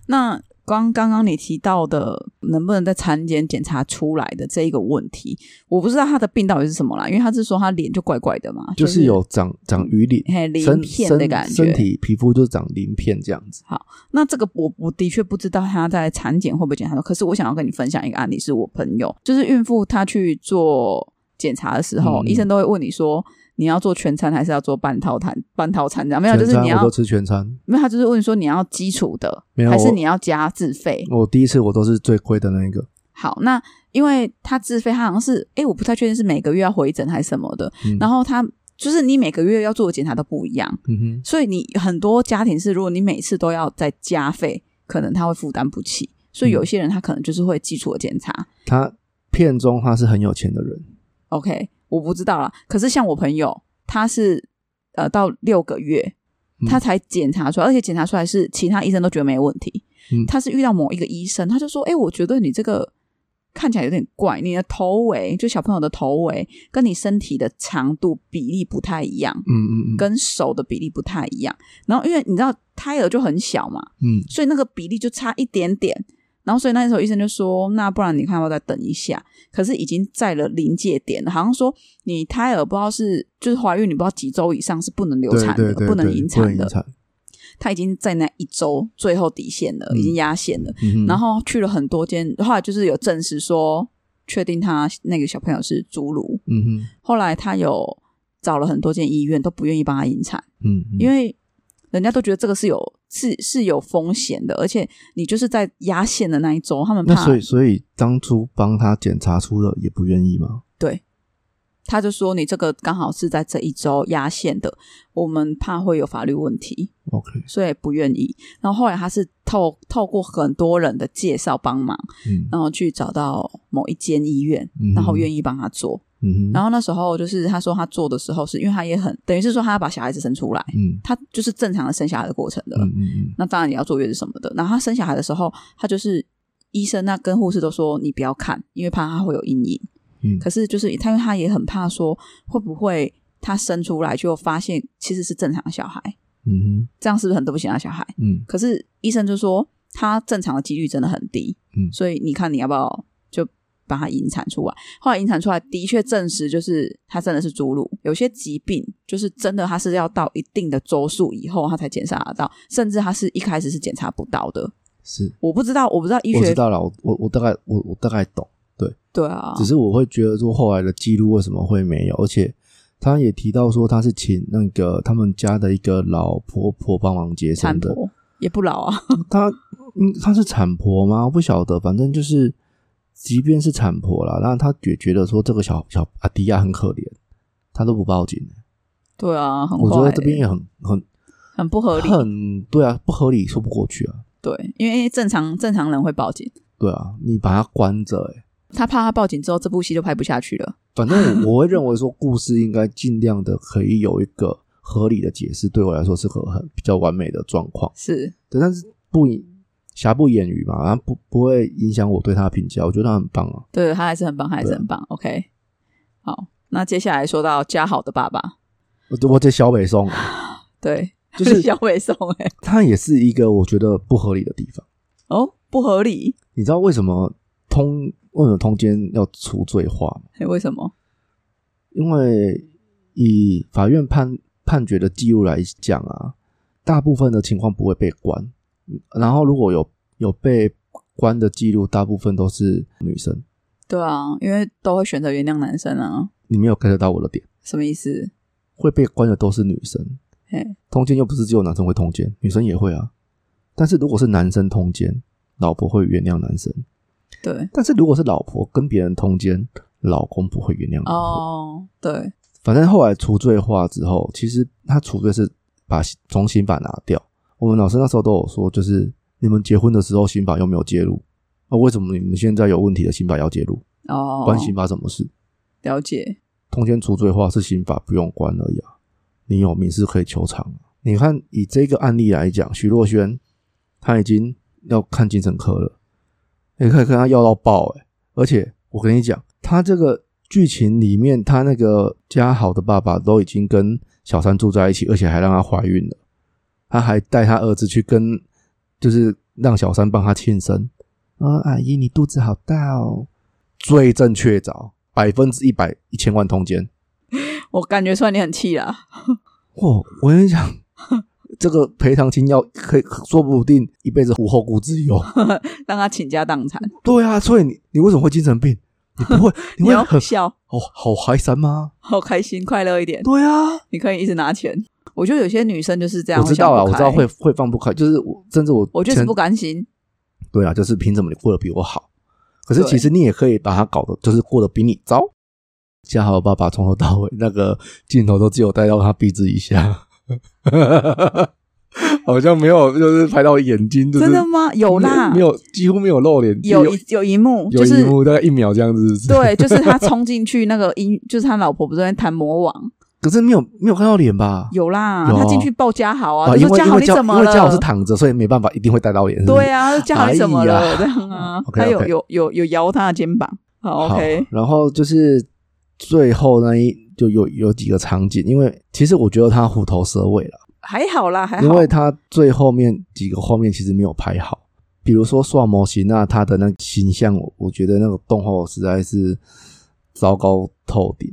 那刚刚刚你提到的，能不能在产检检查出来的这一个问题，我不知道他的病到底是什么啦，因为他是说他脸就怪怪的嘛，
就是是有长长鱼鳞
嘿、鳞
身
片的
身
感觉，
身体皮肤就长鳞片这样子。
那这个我我的确不知道他在产检会不会检查到，可是我想要跟你分享一个案例，是我朋友，就是孕妇她去做检查的时候，
嗯
医生都会问你说你要做全餐还是要做半套餐？半套餐这样没有，就是
全
你
餐我
要
都吃全餐，
没有，他就是问你说你要基础的
没有
还是
我
你要加自费？
我第一次我都是最贵的那一个。
好，那因为他自费，他好像是哎，我不太确定是每个月要回诊还是什么的，
嗯
然后他就是你每个月要做的检查都不一样。
嗯哼，
所以你很多家庭是，如果你每次都要再加费，可能他会负担不起。所以有些人他可能就是会基础的检查。
他片中他是很有钱的人，
OK，我不知道啦。可是像我朋友，他是呃到六个月，
嗯
他才检查出来，而且检查出来是其他医生都觉得没问题。
嗯
他是遇到某一个医生，他就说：“哎、我觉得你这个看起来有点怪，你的头围就小朋友的头围跟你身体的长度比例不太一样，
嗯嗯嗯，
跟手的比例不太一样。然后因为你知道胎儿就很小嘛，
嗯
所以那个比例就差一点点。然后所以那时候医生就说，那不然你看要不要再等一下？可是已经在了临界点了，好像说你胎儿不知道是就是怀孕，你不知道几周以上是不能流
对
产的，
对对对
不能引产的。
产，
他已经在那一周最后底线了，
嗯
已经压线了。
嗯哼
然后去了很多间，后来就是有证实说，确定他那个小朋友是侏儒。
嗯哼
后来他有找了很多间医院，都不愿意帮他引产，
嗯，
因
为
为人家都觉得这个是有是是有风险的，而且你就是在压线的那一周，他们
那
怕
所以所以当初帮他检查出了也不愿意吗？
他就说你这个刚好是在这一周压线的，我们怕会有法律问题，
OK，
所以不愿意。然后后来他是透透过很多人的介绍帮忙，
嗯
然后去找到某一间医院，
嗯，
然后愿
意，
意帮他做。
嗯哼，
然
后
后那时候就是他说他做的时候是，因为他也很等于是说他要把小孩子生出来，
嗯
他就是正常的生小孩的过程的。
嗯嗯嗯
那当然也要坐月子什么的。然后他生小孩的时候，他就是医生那跟护士都说你不要看，因为怕他会有阴影。
嗯
可是就是他，因为他也很怕说会不会他生出来就发现其实是正常的小孩，
嗯哼
这样是不是很对不起他小孩？
嗯
可是医生就说他正常的几率真的很低，
嗯
所以你看你要不要就把它引产出来？后来引产出来的确证实就是他真的是侏儒，有些疾病就是真的他是要到一定的周数以后他才检查得到，甚至他是一开始是检查不到的。
是，
我不知道，我不知道医
我知
学
道了，我我我大概我我大概懂。
对啊
只，是我会觉得说后来的记录为什么会没有，而且他也提到说他是请那个他们家的一个老婆婆帮忙接
产
生的，
婆也不老啊，
她嗯她是产婆吗？我不晓得，反正就是即便是产婆啦，那她也觉得说这个小小阿迪亚很可怜，她都不报警。
对啊，很
我觉
坏、
得这边也很很
很不合理，
很对啊，不合理说不过去啊，
对，因为正常正常人会报警，
对啊，你把它关着、欸，
他怕他报警之后这部戏就拍不下去了。
反正
[LAUGHS]
我我会认为说，故事应该尽量的可以有一个合理的解释，对我来说是个很比较完美的状况。
是，
对，但是不以瑕不掩瑜嘛，然后不不会影响我对他的评价，我觉得他很棒啊。
对他还是很棒，他还是
对啊
很棒。OK，好，那接下来说到嘉豪的爸爸，
我我这小北宋啊，
对，
就是
[LAUGHS] 小伟松、欸，哎，
他也是一个我觉得不合理的地方。
哦，不合理，
你知道为什么通为什么通奸要除罪化吗？
哎，为什么？
因为以法院判判决的记录来讲啊，大部分的情况不会被关，然后如果有有被关的记录，大部分都是女生。
对啊，因为都会选择原谅男生啊，
你没有 get 到我的点，
什么意思？
会被关的都是女生
嘿。
通奸又不是只有男生会通奸，女生也会啊。但是如果是男生通奸，老婆会原谅男生；
对，
但是如果是老婆跟别人通奸，老公不会原谅老婆。
哦，对，
反正后来除罪化之后，其实他除罪是把从刑法拿掉。我们老师那时候都有说，就是你们结婚的时候刑法又没有介入，那、为什么你们现在有问题的刑法要介入？
哦，
关刑法什么事？
了解，
通奸除罪化是刑法不用关而已啊，你有民事可以求偿啊。你看以这个案例来讲，徐若瑄她已经要看精神科了，你可以跟她要到爆哎、而且我跟你讲，她这个剧情里面，她那个嘉豪的爸爸都已经跟小三住在一起，而且还让她怀孕了，他还带他儿子去跟，就是让小三帮他庆生啊、阿姨你肚子好大哦，罪证确凿，百分之一百一千万通奸。
我感觉出来你很气啦，
哇，我跟你讲， [LAUGHS] 这个赔偿金要可以说不定一辈子无后顾之忧。
让他倾家荡产，
[LAUGHS] 对啊，所以你你为什么会精神病？你不会，你
你
会
要
很
笑，
好好嗨三吗？
好开心，快乐一点，
对啊，
你可以一直拿钱。我觉得有些女生就是这样，
我知道
了，
了，我知道会，会放不开，就是我甚至我
我就是
前
不甘心，
对啊，就是凭什么你过得比我好？可是
对
其实你也可以把他搞得就是过得比你糟。嘉豪爸爸从头到尾那个镜头都只有带到他鼻子以下，好像没有就是拍到眼睛，就是
真的吗？有啦，
没有几乎没有露脸，
有
有
一有一幕，
有
就
一
是
幕大概一秒这样子，是不是，
对，就是他冲进去那个音，就是他老婆不是在弹魔网，
可是没有没有看到脸吧？
有啦，
有啊
他进去抱嘉豪啊，
因
就
为
说嘉
因
豪
为
你怎
因
么
为
了？
嘉豪是躺着，所以没办法，一定会带到脸。是不是
对，啊，嘉豪你怎么
哎
了？
呀
这
[LAUGHS]
样啊，
OK，OK
他有有有有摇他的肩膀，好
好
OK，
然后就是最后那一就有有几个场景，因为其实我觉得他虎头蛇尾了，
还好啦，还
因
好
为，他最后面几个画面其实没有拍好，比如说刷模型啊，他的那个形象，我我觉得那个动画实在是糟糕透顶，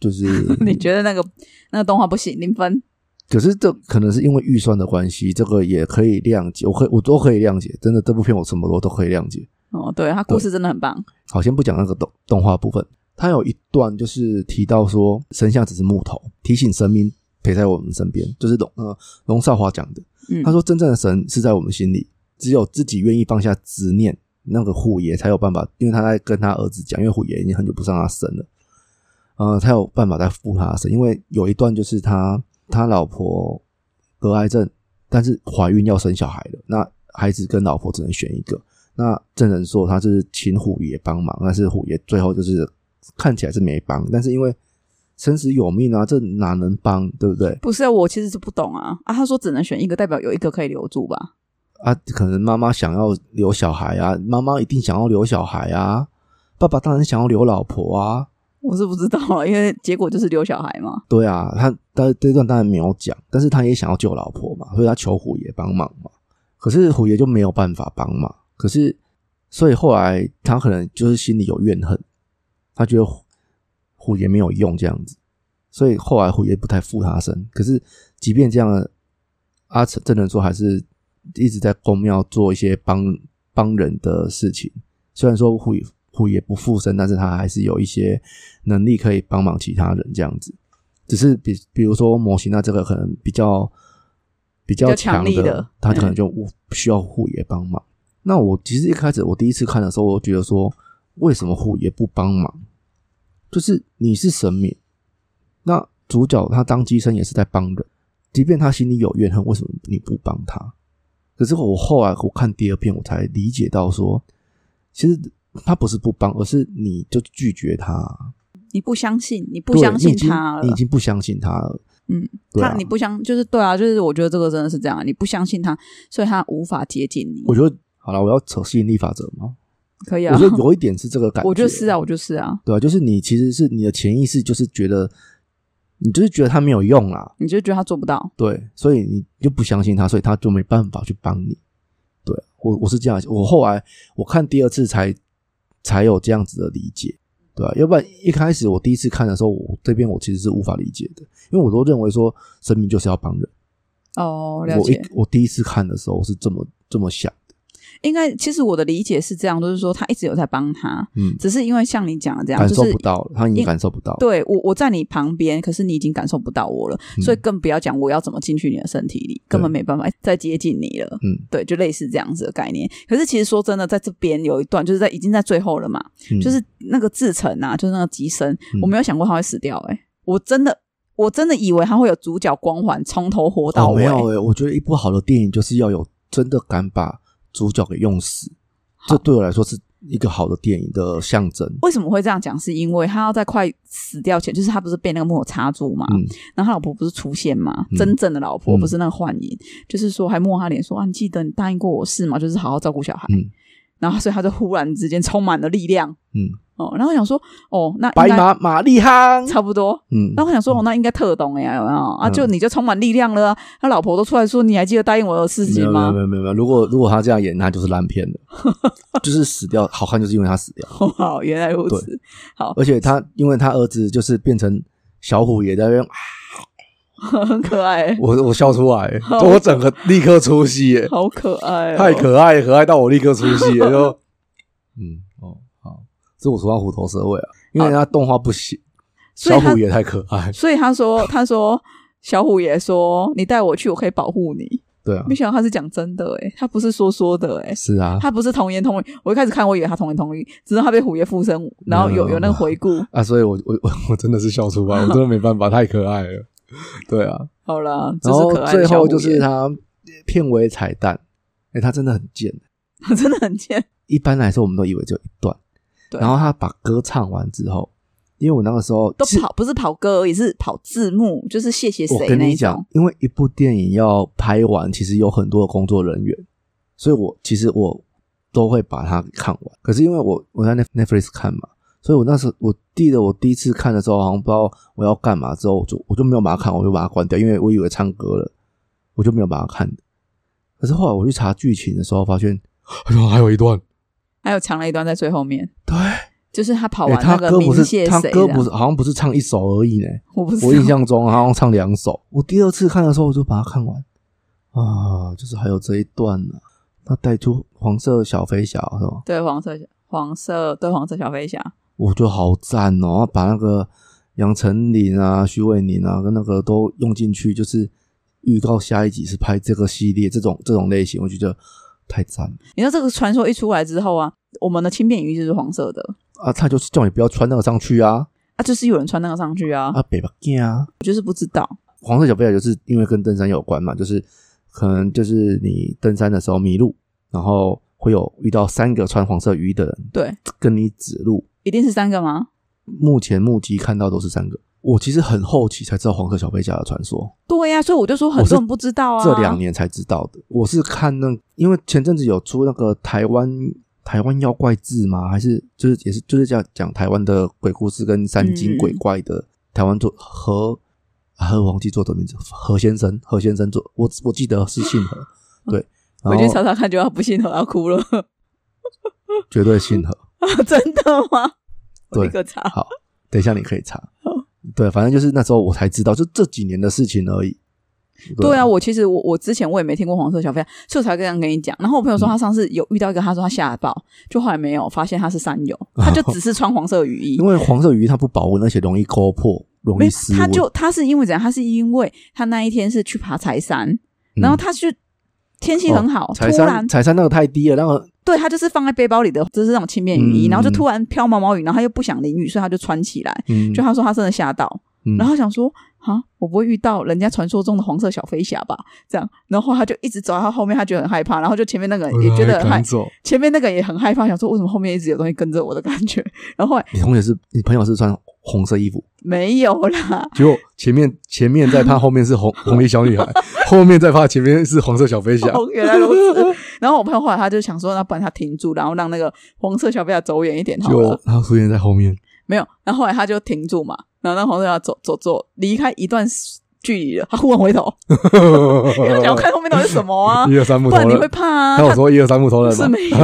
就是
[LAUGHS] 你觉得那个那个动画不行，零分，
可是这可能是因为预算的关系，这个也可以谅解，我可以我都可以谅解，真的这部片我什么我都可以谅解。
哦，对，他故事真的很棒。
好，先不讲那个动动画部分，它有一段就是提到说，神像只是木头，提醒神明陪在我们身边，就是龙呃龙少华讲的。
嗯，
他说，真正的神是在我们心里，只有自己愿意放下执念，那个虎爷才有办法，因为他在跟他儿子讲，因为虎爷已经很久不上他身了，呃，才有办法再复他的身。因为有一段就是他他老婆得癌症，但是怀孕要生小孩了，那孩子跟老婆只能选一个。那证人说他是请虎爷帮忙，但是虎爷最后就是看起来是没帮，但是因为生死有命啊，这哪能帮，对不对？
不是啊，我其实是不懂啊啊，他说只能选一个，代表有一个可以留住吧？
啊，可能妈妈想要留小孩啊，妈妈一定想要留小孩啊，爸爸当然想要留老婆啊，
我是不知道啊，因为结果就是留小孩嘛。
对啊，他他这段当然没有讲，但是他也想要救老婆嘛，所以他求虎爷帮忙嘛，可是虎爷就没有办法帮嘛，可是所以后来他可能就是心里有怨恨，他觉得虎虎爷没有用这样子，所以后来虎爷不太附他身，可是即便这样，阿成真人说还是一直在公庙做一些帮帮人的事情。虽然说虎也虎也不附身，但是他还是有一些能力可以帮忙其他人这样子。只是比比如说模型，那啊这个可能比较比较
较
强
强力的
他可能就无需要虎爷帮忙。那我其实一开始我第一次看的时候，我觉得说为什么虎爷不帮忙？就是你是神明，那主角他当机身也是在帮人，即便他心里有怨恨，为什么你不帮他？可是我后来我看第二遍，我才理解到说，其实他不是不帮，而是你就拒绝他，
你不相信，你不
对
相
你已
信
经
他
你已
了。
经不相信他了。
嗯，
对啊
他你不相就是对啊，就是我觉得这个真的是这样，啊你不相信他，所以他无法接近你。
我觉得好了，我要扯吸引力法则嘛，
可以啊，
我
[LAUGHS]
觉得有一点是这个感觉，
我就是啊，我就是啊，
对啊，就是你其实是你的潜意识就是觉得，你就是觉得他没有用啦，
你就觉得他做不到。
对，所以你就不相信他，所以他就没办法去帮你。对啊我我是这样，我后来我看第二次才才有这样子的理解，对啊吧、要不然一开始我第一次看的时候，我这边我其实是无法理解的，因为我都认为说神明就是要帮人。
哦，了
我一
解。
我第一次看的时候是这么这么想，
应该其实我的理解是这样，就是说他一直有在帮他，
嗯，
只是因为像你讲的这样，
感受
就是
不到了，他已经
因
感受不到了，
对我我在你旁边，可是你已经感受不到我了，
嗯
所以更不要讲我要怎么进去你的身体里，根本没办法再接近你了。
嗯，
对，就类似这样子的概念。可是其实说真的，在这边有一段就是在已经在最后了嘛，
嗯
就是那个志成啊，就是那个吉生，
嗯
我没有想过他会死掉、欸，我真的我真的以为他会有主角光环，从头活到
哦，没
尾。
有诶、我觉得一部好的电影就是要有真的敢把主角给用死，
好
这对我来说是一个好的电影的象征。
为什么会这样讲？是因为他要在快死掉前，就是他不是被那个木头插住嘛，
嗯
然后他老婆不是出现嘛，
嗯
真正的老婆
嗯
不是那个幻影，就是说还摸他脸说啊，你记得你答应过我事吗？就是好好照顾小孩。
嗯
然后所以他就忽然之间充满了力量
嗯，
哦，然后我想说哦，那
白
应该
马玛丽哈，
差不多。
嗯
然后我想说哦，那应该特懂哎呀，有没有啊？
嗯
就你就充满力量了啊、他老婆都出来说，你还记得答应我的事
没
情
有没有
吗 [LAUGHS]
没？有没有没有，如果如果他这样演，那就是烂片了，就是死掉好看，就是因为他死掉，
哦好，原来如此。好，
而且他因为他儿子就是变成小虎爷在那边，啊
[LAUGHS] 很可爱，
我我笑出来，
好
我整个立刻出戏耶，
好可爱、哦，
太可爱可爱到我立刻出戏耶，就嗯哦好，这我说他虎头蛇尾啊，因为他动画不行，
所以
小
他
虎爷太可爱，
所以他说，他说小虎爷说，你带我去，我可以保护你。
对啊
没，想到他是讲真的、欸，他不是说说的、欸，
是啊
他不是童言童语。我一开始看，我以为他童言童语，直到他被虎爷附身，然后有有那个回顾。
啊，所以我我我我真的是笑出来，我真的没办法，太可爱了，对啊。
好啦，这
然
是
后
可爱
最
的小
后
虎
就是
爷
他片尾彩蛋，哎、他真的很贱。
他 [LAUGHS] 真的很贱。
一般来说，我们都以为就一段，
对
然后他把歌唱完之后，因为我那个时候
都
其实
跑不是跑歌而已，是跑字幕，就是谢谢
我
谁
跟
那
你
一
讲
种。，
因为一部电影要拍完，其实有很多的工作人员，所以我其实我都会把它看完。可是因为我我在 Net- Netflix 看嘛，所以我那时候我记得我第一次看的时候，好像不知道我要干嘛，之后我就我就没有把它看完，我就把它关掉，因为我以为唱歌了，我就没有把它看。可是后来我 [GASPS] 去查剧情的时候，发现哎呦还有一段，
还有藏了一段在最后面，
对，
就是他跑
哎
完
他
那个
歌
鸣
不是
谢
他
谁
歌
的
不，是好像不是唱一首而已呢，
我不知
我印
道。
象中好像唱两首。我第二次看的时候，我就把它看完啊，就是还有这一段呢、他带出黄色小飞侠是吗？
对，黄色黄色对黄色小飞侠，
我觉得好赞哦，把那个杨丞琳啊、徐伟宁啊跟那个都用进去，就是预告下一集是拍这个系列这种这种类型，我觉得太赞了
你知道这个传说一出来之后啊，我们的轻便雨衣就是黄色的
啊！他就是叫你不要穿那个上去啊
啊，就是有人穿那个上去啊，
啊，北巴镜啊！
我就是不知道。
黄色小飞侠就是因为跟登山有关嘛，就是可能就是你登山的时候迷路，然后会有遇到三个穿黄色雨衣的人
对，
跟你指路。
一定是三个吗？
目前目击看到都是三个。我其实很后期才知道黄色小飞侠的传说，
对呀、所以我就说很
我是
多人不知道啊。
这两年才知道的。我是看那，因为前阵子有出那个台湾台湾妖怪志嘛，还是就是也是就是讲讲台湾的鬼故事跟三
嗯
金鬼怪的、台湾作何何忘记作者名字何先生何先生作，我我记得是姓
[LAUGHS]
何，对，
我
然
去
后
查查看，就要不信我要哭了， [LAUGHS]
绝对姓何。
真的吗？ [LAUGHS] 我
对
立刻查。
好，等一下你可以查。对，反正就是那时候我才知道，就这几年的事情而已。
对啊，，我其实我我之前我也没听过黄色小飞侠，所以我才这样跟你讲。然后我朋友说
嗯
他上次有遇到一个，他说他吓到，就后来没有发现他是山友，他就只是穿黄色雨衣
[LAUGHS] 因，为黄色鱼它不保温，而且容易勾破，容易
没有
失温。
他就他是因为怎样？他是因为他那一天是去爬柴山，然后他就天气很好，
嗯哦柴
哦突然
山柴山那个太低了，那个
对他就是放在背包里的，就是那种轻便雨衣，
嗯
然后就突然飘毛毛雨，然后他又不想淋雨，所以他就穿起来。
嗯，
就他说他真的吓到，
嗯
然后想说啊，我不会遇到人家传说中的黄色小飞侠吧？这样，然后他就一直走到他后面，他觉得很害怕，然后就前面那个人
哎
也觉得很害，
走。
前面那个也很害怕，想说为什么后面一直有东西跟着我的感觉？然后后来
你同学是你朋友是穿红色衣服，
没有啦，
结果前面前面在怕，后面是
[LAUGHS]
红红衣小女孩，后面在怕，前面是黄色小飞侠。
哦，原来如此。然后我朋友后来他就想说，那不然他停住，然后让那个黄色小飞侠走远一点好了
就。他出现在后面，
没有，然后后来他就停住嘛，然后那黄色小飞侠走走走，离开一段距离了，他忽然回
哦
头，他想
[LAUGHS]
要看后面到底是什么啊？
一二三木
不
头
然你会
人，
怕啊！
他
他
有说一二三木头人
是
吗？ [LAUGHS]
没有。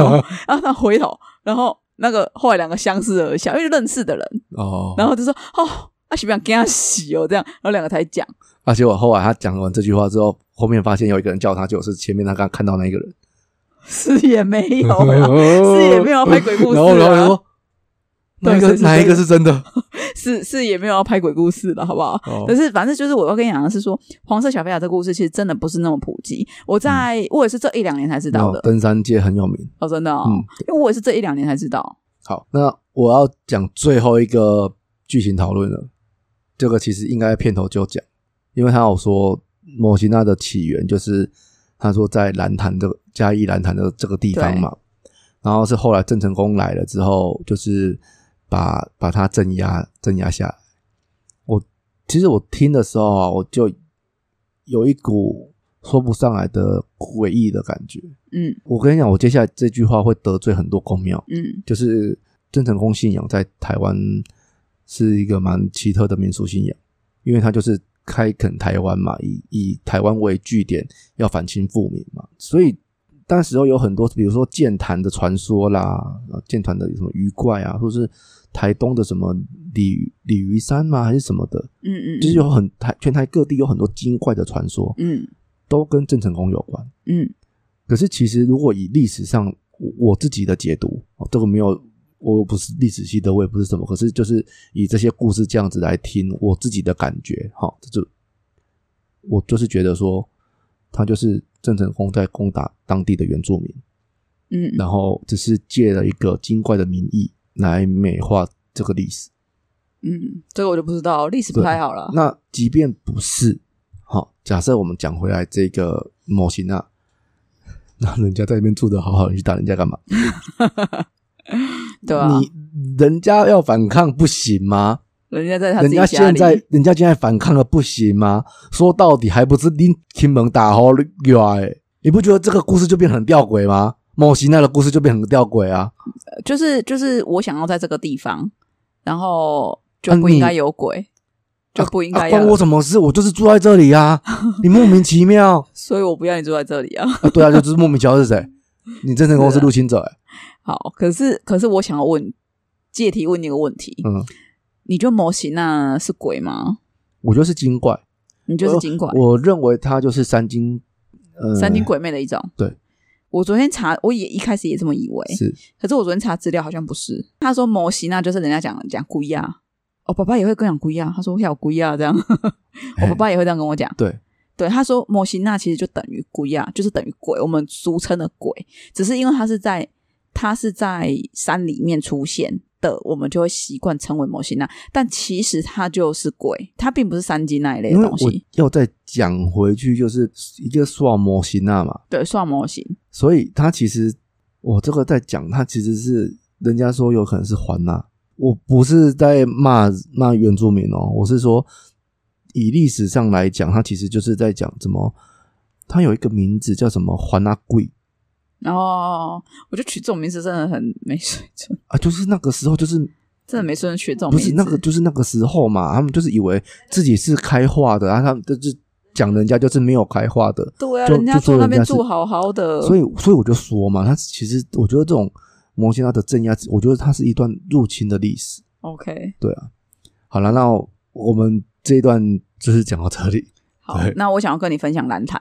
然后他回头，然后那个后来两个相视而笑，因为认识的人，
哦，
然后就说：“哦，阿喜不想跟他洗哦。”这样，然后两个才讲，
而且啊我后来他讲完这句话之后，后面发现有一个人叫他，就是前面他刚看到那一个人，
是也没有啦，
是
哦是也没有要拍鬼故事
然后 [LAUGHS] 然后就说哪一个
啦，对是是
哪一个是真的？
是是也没有要拍鬼故事的，好不好？
哦
但是反正就是我要跟你讲的是说，黄色小飞侠这故事其实真的不是那么普及，我在、我也是这一两年才知道
哦
的，
登山界很有名。
哦，真的、哦，
嗯
因为我也是这一两年才知道，
好，那我要讲最后一个剧情讨论了。这个其实应该片头就讲，因为他有说摩西娜的起源就是他说在蓝潭的嘉义蓝潭的这个地方嘛，然后是后来郑成功来了之后，就是把把他镇压镇压下来。我其实我听的时候啊，我就有一股说不上来的诡异的感觉。
嗯
我跟你讲，我接下来这句话会得罪很多公庙。
嗯
就是真成功信仰在台湾是一个蛮奇特的民俗信仰，因为它就是开垦台湾嘛，以以台湾为据点，要反清复明嘛，所以当时候有很多，比如说剑潭的传说啦，呃剑潭的什么鱼怪啊，或是台东的什么鲤鲤鱼山嘛，还是什么的，
嗯嗯，
就是有很台全台各地有很多精怪的传说，
嗯
都跟郑成功有关。
嗯
可是其实如果以历史上我我自己的解读，哦、这个没有，我不是历史系的，我也不是什么，可是就是以这些故事这样子来听，我自己的感觉，哈、这就我就是觉得说，他就是郑成功在攻打当地的原住民，
嗯
然后只是借了一个精怪的名义来美化这个历史。
嗯，这个我就不知道，历史不太好了，
那即便不是，好、假设我们讲回来这个模型啊， [LAUGHS] 那人家在那边住的好好的，你去打人家干嘛？
对啊，
你人家要反抗不行吗？
人家在他自
人
己
家
家
现
里，
在人家现在反抗了不行吗？说到底还不是拎亲门打好远欸你不觉得这个故事就变很吊诡吗？某型那的故事就变很吊诡啊！
就是就是我想要在这个地方，然后就
啊
不应
你
该有鬼，就不应该
啊
要、
关我什么事？我就是住在这里
[LAUGHS]
啊！你莫名其妙
所以我不要你住在这里啊。 [LAUGHS]
啊！对啊，就是莫名其妙是谁？你真成功是入侵者欸、
好，可是可是我想要问借题问你个问题，
嗯，
你觉得摩西那是鬼吗？
我觉得是精怪，
你就是精怪，
呃我认为它就是三精，呃，
三精鬼魅的一种。
对，
我昨天查，我也一开始也这么以为，
是
可是我昨天查资料好像不是。他说摩西那就是人家讲讲龟呀，我爸爸也会跟我讲龟呀，他说我要龟呀这样， [LAUGHS] 我爸爸也会这样跟我讲。
对，
对，他说摩西那其实就等于古亚，就是等于鬼，我们俗称的鬼，只是因为它是在它是在山里面出现的，我们就会习惯称为摩西那，但其实它就是鬼，它并不是山鸡那一类
因
的
为
东
我
西。
要再讲回去，就是一个刷模型啊嘛，
对，算模型，
所以它其实我这个在讲，它其实是人家说有可能是环呐、我不是在骂骂原住民哦，我是说以历史上来讲，它其实就是在讲怎么，它有一个名字叫什么环呐贵
然后我就取这种名字真的很没水准，
啊，就是那个时候就是
真的没水准取这种
不
名字。
是那个就是那个时候嘛，他们就是以为自己是开化的，然、啊后他们就是讲人家就是没有开化的，
对啊，
就
人家
就
住
说
那
人
边
家是
住好好的，
所以，所以我就说嘛，他其实我觉得这种摩西拉的镇压，我觉得它是一段入侵的历史。
OK，
好了，那我们这一段就是讲到这里。
好
对，
那我想要跟你分享蓝潭，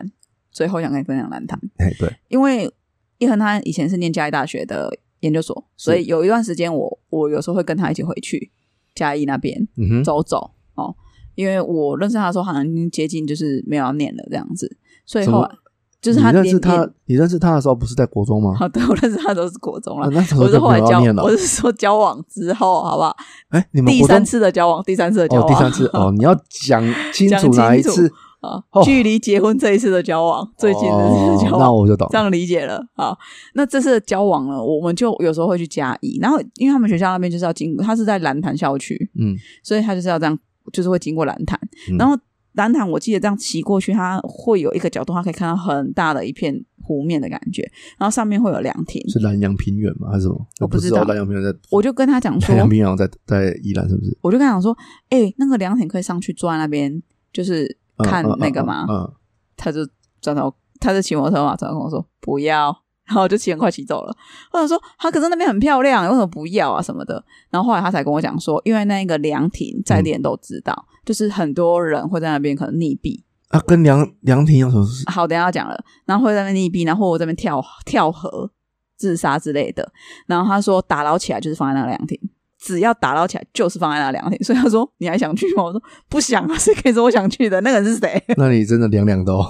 最后想跟你分享蓝潭。
哎，对，
因为叶恒他以前是念嘉义大学的研究所，
是
所以有一段时间我我有时候会跟他一起回去嘉义那边
嗯哼，
走走哦，因为我认识他的时候好像已经接近就是没有要念了这样子，所以后来
怎
就是他
你认
连
识
念 [LAUGHS] 哦
他，你认识他的时候不是在国中吗？
好，对我认识他都是国中
啊
了。
那时
我
候
是
就
后
没
来
有
交
要念，了
我。是说交往之后，好不好？
哎，你们
第
国
三
中
次的交往，第三次的交
哦，
往，
第三次哦，你要讲清
讲
楚哪一
清楚
次？
啊
哦，
距离结婚这一次的交往，最近的
哦
这次交往，
那我就懂
这。样理解了。好，那这次的交往呢，我们就有时候会去嘉义，然后因为他们学校那边就是要经过，他是在蓝潭校区，
嗯，
所以他就是要这样，就是会经过蓝潭。
嗯
然后蓝潭，我记得这样骑过去，它会有一个角度，它可以看到很大的一片湖面的感觉，然后上面会有凉亭。
是南洋平原吗？还是什么？
我不
不
知
道
道
南洋平原在，
我就跟他讲
[LAUGHS]
说
南，洋平原在在宜兰是不是？
我就跟他讲说，哎、那个凉亭可以上去坐在那边，就是
嗯
看
嗯嗯
那个嘛。
嗯，嗯
他就转头，他就骑摩托车嘛，转头跟我说不要，然后我就骑很快骑走了。或者说，他可是那边很漂亮，为什么不要啊什么的？然后后来他才跟我讲说，因为那个凉亭在地人都知道，就是很多人会在那边可能溺毙。
啊，跟梁梁平有什么
[LAUGHS]
事？
好，等一下要讲了，然后会在那边溺毙，然后我这边跳跳河自杀之类的。然后他说打捞起来就是放在那个凉亭。只要打捞起来，就是放在那个凉亭。所以他说：“你还想去吗？”我说：“不想啊，谁可以说我想去的？那个人是谁？”
那你真的凉凉的
[LAUGHS]
哦。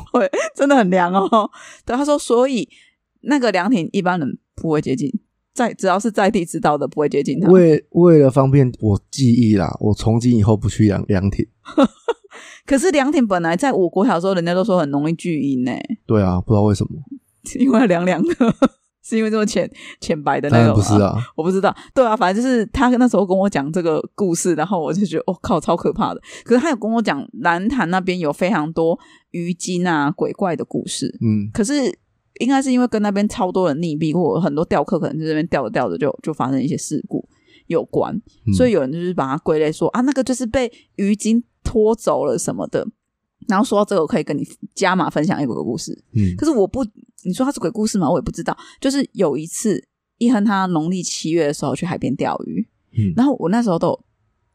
真的很凉哦。 [LAUGHS] 对，他说，所以那个凉亭一般人不会接近，在只要是在地知道的不会接近它。
为为了方便我记忆啦，我从今以后不去凉凉亭。
可是凉亭本来在我国小的时候，人家都说很容易聚阴呢， [LAUGHS]
对啊，不知道为什么，
因为凉凉的， [LAUGHS] 是因为这么浅浅白的
当
那
然不
种。
是，啊。
我不知道。对啊，反正就是他那时候跟我讲这个故事，然后我就觉得我、哦靠，超可怕的。可是他有跟我讲，蓝潭那边有非常多鱼精啊、鬼怪的故事。
嗯，
可是应该是因为跟那边超多人溺毙，或者很多钓客可能在这边钓着钓着就就发生一些事故有关，
嗯
所以有人就是把它归类说啊，那个就是被鱼精拖走了什么的。然后说到这个，我可以跟你加码分享一个鬼故事。
嗯
可是我不，你说它是鬼故事吗？我也不知道。就是有一次，一亨他农历七月的时候去海边钓鱼，
嗯
然后我那时候都有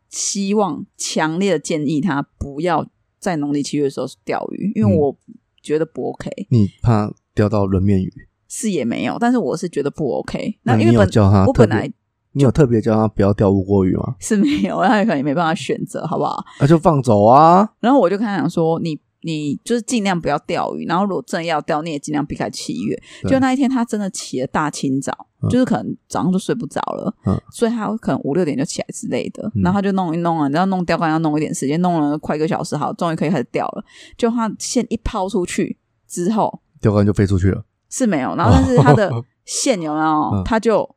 希望强烈的建议他不要在农历七月的时候钓鱼，因为
嗯
我觉得不 OK。
你怕钓到人面鱼？
是也没有，但是我是觉得不 OK。
那
因
你
为
有
本
叫他
我
特
本
别
来，
你有特别叫他不要钓乌龟鱼吗？
是没有， [LAUGHS] 他可能也没办法选择，好不好？
那就放走啊。
然后我就跟他讲说，你你就是尽量不要钓鱼，然后如果真的要钓，你也尽量避开七月。
对
就那一天，他真的起了大清早，
嗯
就是可能早上就睡不着了，
嗯
所以他可能五六点就起来之类的，
嗯
然后他就弄一弄啊，你知道弄钓竿要弄一点时间，弄了快一个小时，好，终于可以开始钓了。就他线一抛出去之后
钓竿就飞出去了。。
是没有，然后但是他的
[LAUGHS]
线有没有
哦嗯？
他就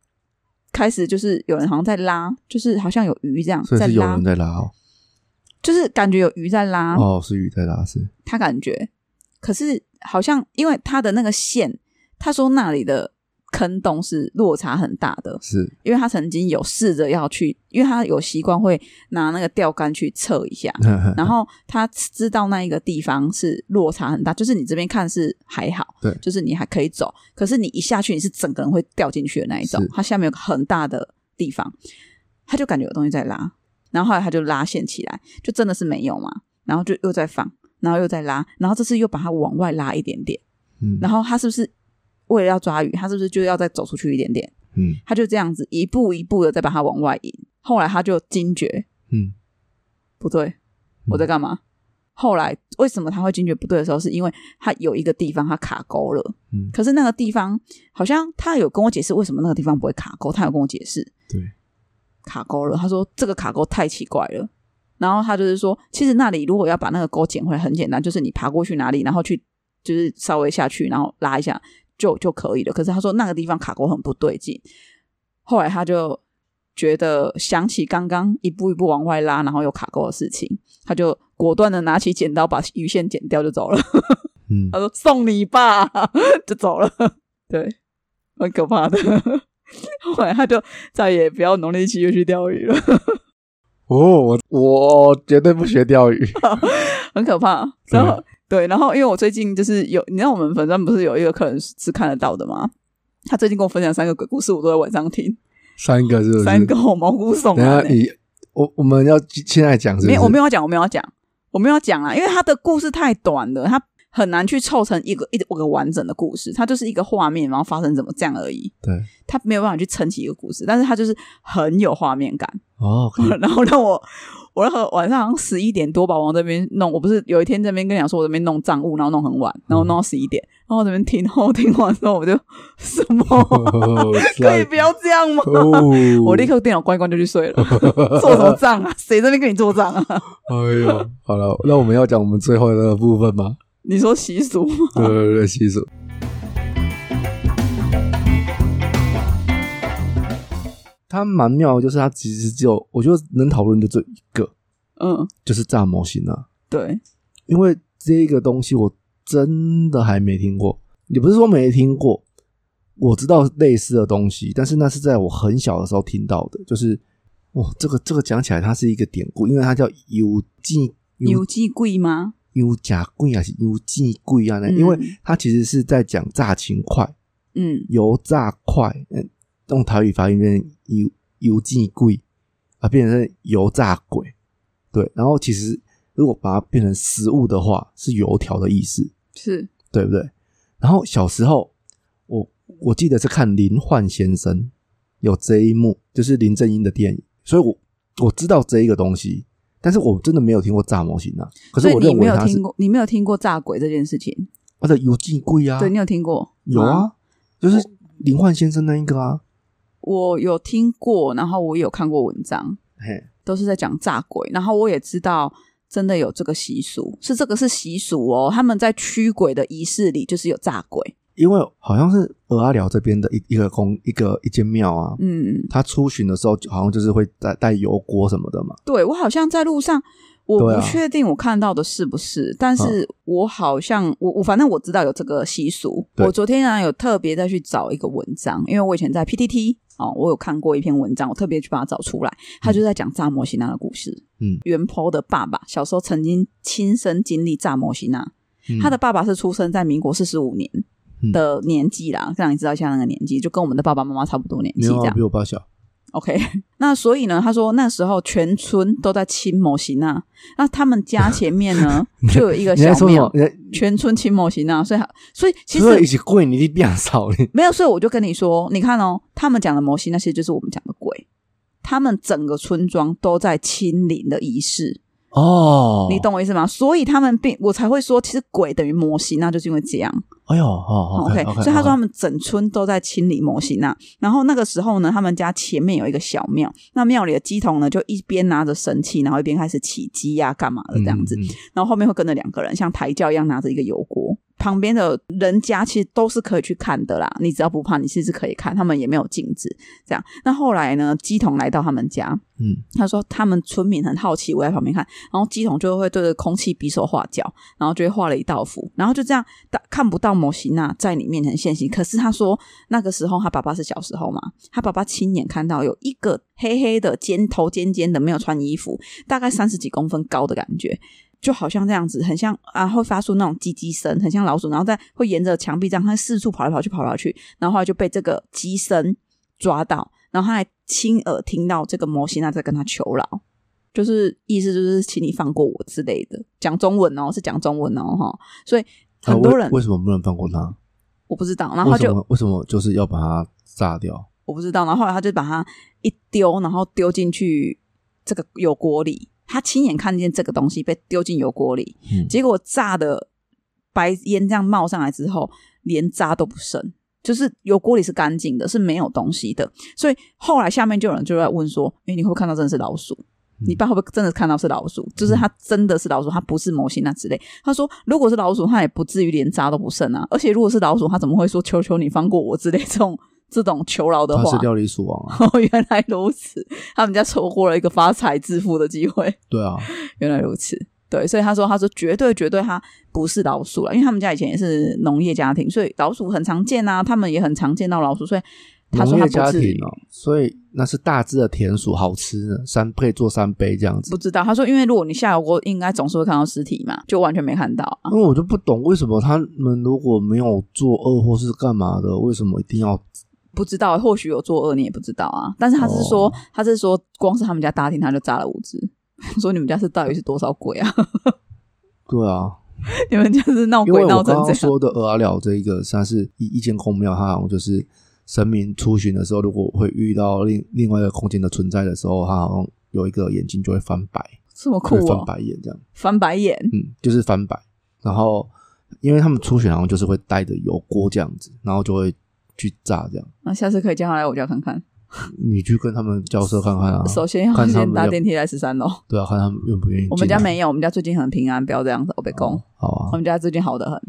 开始就是有人好像在拉，就是好像有鱼这样
所以
在
是有
拉
人，在拉哦，
就是感觉有鱼在拉，
哦，是鱼在拉，是
他感觉。可是好像因为他的那个线，他说那里的坑洞是落差很大的，
是， [LAUGHS]
因为他曾经有试着要去，因为他有习惯会拿那个钓竿去测一下，
嗯
然后他知道那一个地方是落差很大，就是你这边看是还好，
对
就是你还可以走，可是你一下去你是整个人会掉进去的那一种
是，
它下面有个很大的地方。他就感觉有东西在拉，然后后来他就拉线起来，就真的是没有嘛，然后就又在放，然后又在拉，然后这次又把它往外拉一点点，
嗯
然后他是不是为了要抓鱼，他是不是就要再走出去一点点？
嗯
他就这样子一步一步的再把它往外引。后来他就惊觉
嗯
不对，我在干嘛？后来为什么他会惊觉不对的时候，是因为他有一个地方他卡钩了。
嗯
可是那个地方好像他有跟我解释为什么那个地方不会卡钩，他有跟我解释
对，
卡钩了。他说这个卡钩太奇怪了。然后他就是说，其实那里如果要把那个钩捡回来，很简单，就是你爬过去哪里，然后去就是稍微下去，然后拉一下就就可以了。可是他说那个地方卡钩很不对劲，后来他就觉得想起刚刚一步一步往外拉，然后有卡钩的事情，他就果断的拿起剪刀把鱼线剪掉就走了。 [LAUGHS]
嗯
他说送你吧， [LAUGHS] 就走了。 [LAUGHS] 对，蛮可怕的。 [LAUGHS] 后来他就再也不要农历七月去钓鱼了， [LAUGHS]
哦，我我绝对不学钓鱼，
很可怕。然
嗯
后、对，然后因为我最近就是有，你知道我们粉站不是有一个客人是看得到的吗？他最近跟我分享三个鬼故事，我都在晚上听，
三个是不是？
三个我毛骨悚
等一
然、
下
欸。
你我我们要现在讲是不是？
没有，我没
有，
有要讲，我没有要讲，我没有要讲啊啦，因为他的故事太短了，他很难去凑成一个一个完整的故事，它就是一个画面，然后发生怎么这样而已，
对，
他没有办法去撑起一个故事，但是他就是很有画面感，
哦，可以
[LAUGHS] 然后让我。我那个晚上好像十一点多吧，往这边弄。我不是有一天这边跟你讲说，我这边弄账务，然后弄很晚，然后弄到十一点，然后我这边听，然后我听完之后我就什
[LAUGHS]
么
哦
可以不要这样
[LAUGHS]
吗？
哦，
我立刻电脑关一关就去睡
[LAUGHS]
了。做什么账啊？谁在那边跟你做账啊？
哎呦，好了，那我们要讲我们最后的部分吗？
你说习俗吗？
对对对，习俗。它蛮妙的，就是它其实只有我觉得能讨论的这一个，
嗯，
就是炸模型啊。
对，
因为这个东西我真的还没听过，也不是说没听过，我知道类似的东西，但是那是在我很小的时候听到的，就是哇，这个这个讲起来它是一个典故，因为它叫幽记
有记贵吗？
幽甲贵还是幽记贵啊？呢，
嗯
因为它其实是在讲炸勤快、
嗯，
油炸快，嗯，用台语发音变成油油记贵啊，变成油炸鬼。对，然后其实如果把它变成食物的话，是油条的意思。
是，
对不对？然后小时候，我我记得是看林焕先生有这一幕，就是林正英的电影，所以我我知道这一个东西，但是我真的没有听过炸模型啊。可是
所以
我
你
认
没
为
有
它是
听过，你没有听过炸鬼这件事情，
它的有进贵啊，
对你有听过？
有
吗，
啊，就是林焕先生那一个啊，
我有听过，然后我有看过文章，
嘿，
都是在讲炸鬼，然后我也知道。真的有这个习俗，是这个是习俗哦。他们在驱鬼的仪式里，就是有炸鬼。
因为好像是俄阿寮这边的一一个宫一个一间庙啊。
嗯，
他出巡的时候，好像就是会带带油锅什么的嘛。
对我好像在路上，我
对啊嗯
不确定我看到的是不是，但是我好像我我反正我知道有这个习俗。
对
我昨天啊有特别再去找一个文章，因为我以前在 PTT 哦，我有看过一篇文章，我特别去把它找出来，他就在讲炸摩西娜的故事。
嗯
袁坡的爸爸小时候曾经亲身经历炸摩西娜，
嗯
他的爸爸是出生在民国四十五年的年纪啦，让你知道一下那个年纪，就跟我们的爸爸妈妈差不多年纪
没有
这
啊，
样
比。我爸小。
OK，那 [LAUGHS] 所以呢，他说那时候全村都在亲摩西娜，那他们家前面呢就有一个
[LAUGHS] 你在
小
说什么
庙？，
你在
全村亲摩西娜，所以他所以其
所以一
实
起跪，你一定变少
[LAUGHS]
你。
没有，所以我就跟你说，你看哦，他们讲的摩西那些就是我们讲的鬼，他们整个村庄都在亲临的仪式，
哦，
你？懂我意思吗？所以他们并我才会说，其实鬼等于摩西娜，就是因为这样。
哎呦，哦
OK，, 所以他说他
说
们整村都在清理摩西那，然后那个时候呢，他们家前面有一个小庙，那庙里的鸡童呢就一边拿着神器，然后一边开始起鸡呀、干嘛的这
嗯
样子，然后后面会跟着两个人，像抬轿一样拿着一个油锅。旁边的人家其实都是可以去看的啦，你只要不怕，你其实可以看，他们也没有禁止。这样，那后来呢，鸡童来到他们家，
嗯
他说他们村民很好奇，我在旁边看，然后鸡桶就会对着空气比手画脚，然后就会画了一道符，然后就这样大看不到摩西娜在你面前现形。可是他说那个时候他爸爸是小时候嘛，他爸爸亲眼看到有一个黑黑的尖头尖尖的没有穿衣服，大概三十几公分高的感觉。就好像这样子，很像啊，会发出那种叽叽声，很像老鼠，然后再会沿着墙壁这样，它四处跑来跑去，跑来跑去，然后后来就被这个鸡声抓到，然后他还亲耳听到这个摩西娜在跟他求饶，就是意思就是请你放过我之类的，讲中文哦，是讲中文哦哈，所以
啊
很多人、
为为什么不能放过他？
我不知道，然后
为什
他就
么为什么就是要把他炸掉？
我不知道。然后后来他就把它一丢，然后丢进去这个油锅里。他亲眼看见这个东西被丢进油锅里，
嗯
结果炸的白烟这样冒上来之后，连渣都不剩，就是油锅里是干净的，是没有东西的。所以后来下面就有人就在问说：“哎、你会不会看到真的是老鼠？”你爸会不会真的看到是老鼠？就是他真的是老鼠，他不是模型那之类。他说，如果是老鼠，他也不至于连渣都不剩啊。而且如果是老鼠，他怎么会说“求求你放过我”之类这种这种求饶的
他是
话？
料理鼠王啊，
哦，原来如此，他们家错过了一个发财致富的机会。
对啊，
原来如此，对，所以他说，他说绝对绝对他不是老鼠了，因为他们家以前也是农业家庭，所以老鼠很常见啊，他们也很常见到老鼠，所以他说
农
他
业
不
家
至
庭
于。
哦、所以那是大只的田鼠，好吃呢，三倍做三杯这样子
不。知道，他说，因为如果你下油锅，应该总是会看到尸体嘛，就完全没看到啊。
因为我就不懂为什么他们如果没有作恶或是干嘛的，为什么一定要
不知道，或许有作恶，你也不知道啊。但是他是说，
哦
他是说，光是他们家大厅他就炸了五只。 [LAUGHS] 说你们家是到底是多少鬼啊？ [LAUGHS]
对啊？
你们家是闹
因为
鬼
我
闹
刚
成
刚
这样？
说的鹅阿了这一个，它是一一间公庙，它好像就是神明出巡的时候，如果会遇到另另外一个空间的存在的时候，它好像有一个眼睛就会翻白，
这么酷
会翻
哦，
白眼这样，
翻白眼，
嗯，就是翻白。然后因为他们出巡好像就是会带着油锅这样子，然后就会去炸这样。
那下次可以叫他来我家看看。
你去跟他们交涉看看啊，
首先要
看他
先
们
搭
要
电梯来十三楼。
对啊，看他们愿不愿意进来。
我们家没有，我们家最近很平安，不要这样子，我被攻。
好啊
我，们家最近好的很。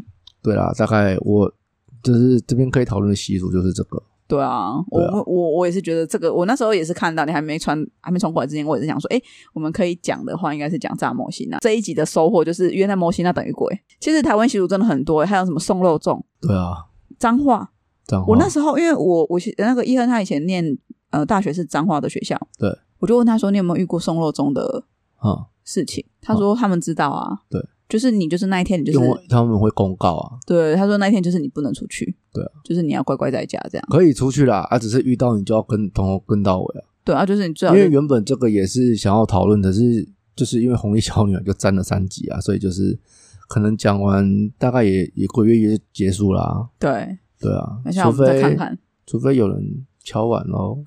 对啦，大概我就是这边可以讨论的习俗就是这个，
对啊，我
对啊
我我我也是觉得这个，我那时候也是看到你还没传还没传过来之前，我也是想说，哎，我们可以讲的话，应该是讲炸摩西娜这一集的收获就是，原来摩西娜等于鬼。其实台湾习俗真的很多，还有什么送肉粽、
对啊，
脏话。
这样
我那
话
时候因为我我是那个伊恩他以前念呃大学是彰化的学校，
对，
我就问他说，你有没有遇过送肉粽的
啊，
事情？他说他们知道啊，
对，
就是你就是那一天你就是
因为他们会公告啊，
对，他说那一天就是你不能出去，
对啊，
就是你要乖乖在家这样。
可以出去啦，啊，只是遇到你就要跟从头跟到尾啊，
对啊，就是你最好
因为
就
原本这个也是想要讨论的是，就是因为红衣小女孩就占了三集啊，所以就是可能讲完大概也也个月也就结束啦、
对，
对啊
等，一下
除
我们
非
再看看。
除非有人敲碗
[LAUGHS]
喽，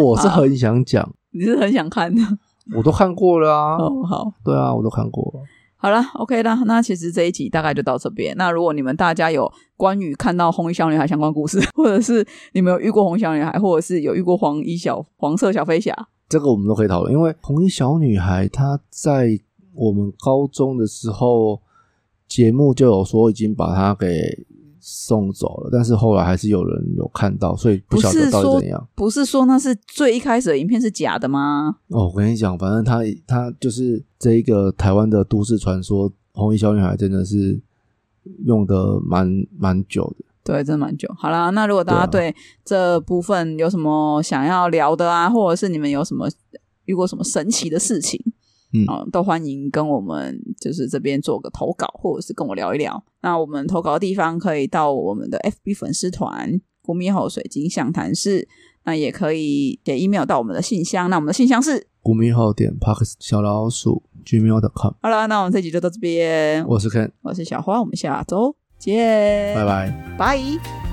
我是很想讲，
你是很想看的
我都看过了啊，
哦，好。
对啊，我都看过了。
好啦 o、k 啦，那其实这一集大概就到这边。那如果你们大家有关于看到红衣小女孩相关故事， [LAUGHS] 或者是你们有遇过红衣小女孩，或者是有遇过黄衣小黄色小飞侠，
这个我们都可以讨论，因为红衣小女孩她在我们高中的时候节目就有说已经把她给送走了，但是后来还是有人有看到，所以不晓
是
得到底
说
怎样。
不是说那是最一开始的影片是假的吗？
哦，我跟你讲，反正她她就是这一个台湾的都市传说，红衣小女孩真的是用的蛮蛮久的。
对，真的蛮久。好啦，那如果大家
啊
对这部分有什么想要聊的啊，或者是你们有什么遇过什么神奇的事情，
嗯
哦都欢迎跟我们就是这边做个投稿，或者是跟我聊一聊。那我们投稿的地方可以到我们的 FB 粉丝团“国米吼水晶象谈室”，那也可以写 email 到我们的信箱。那我们的信箱是
古迷号点 p a r k s 小老鼠 gmail.com，
好了，那我们这集就到这边。
我是 Ken，
我是小花，我们下周见，
拜，拜。
拜。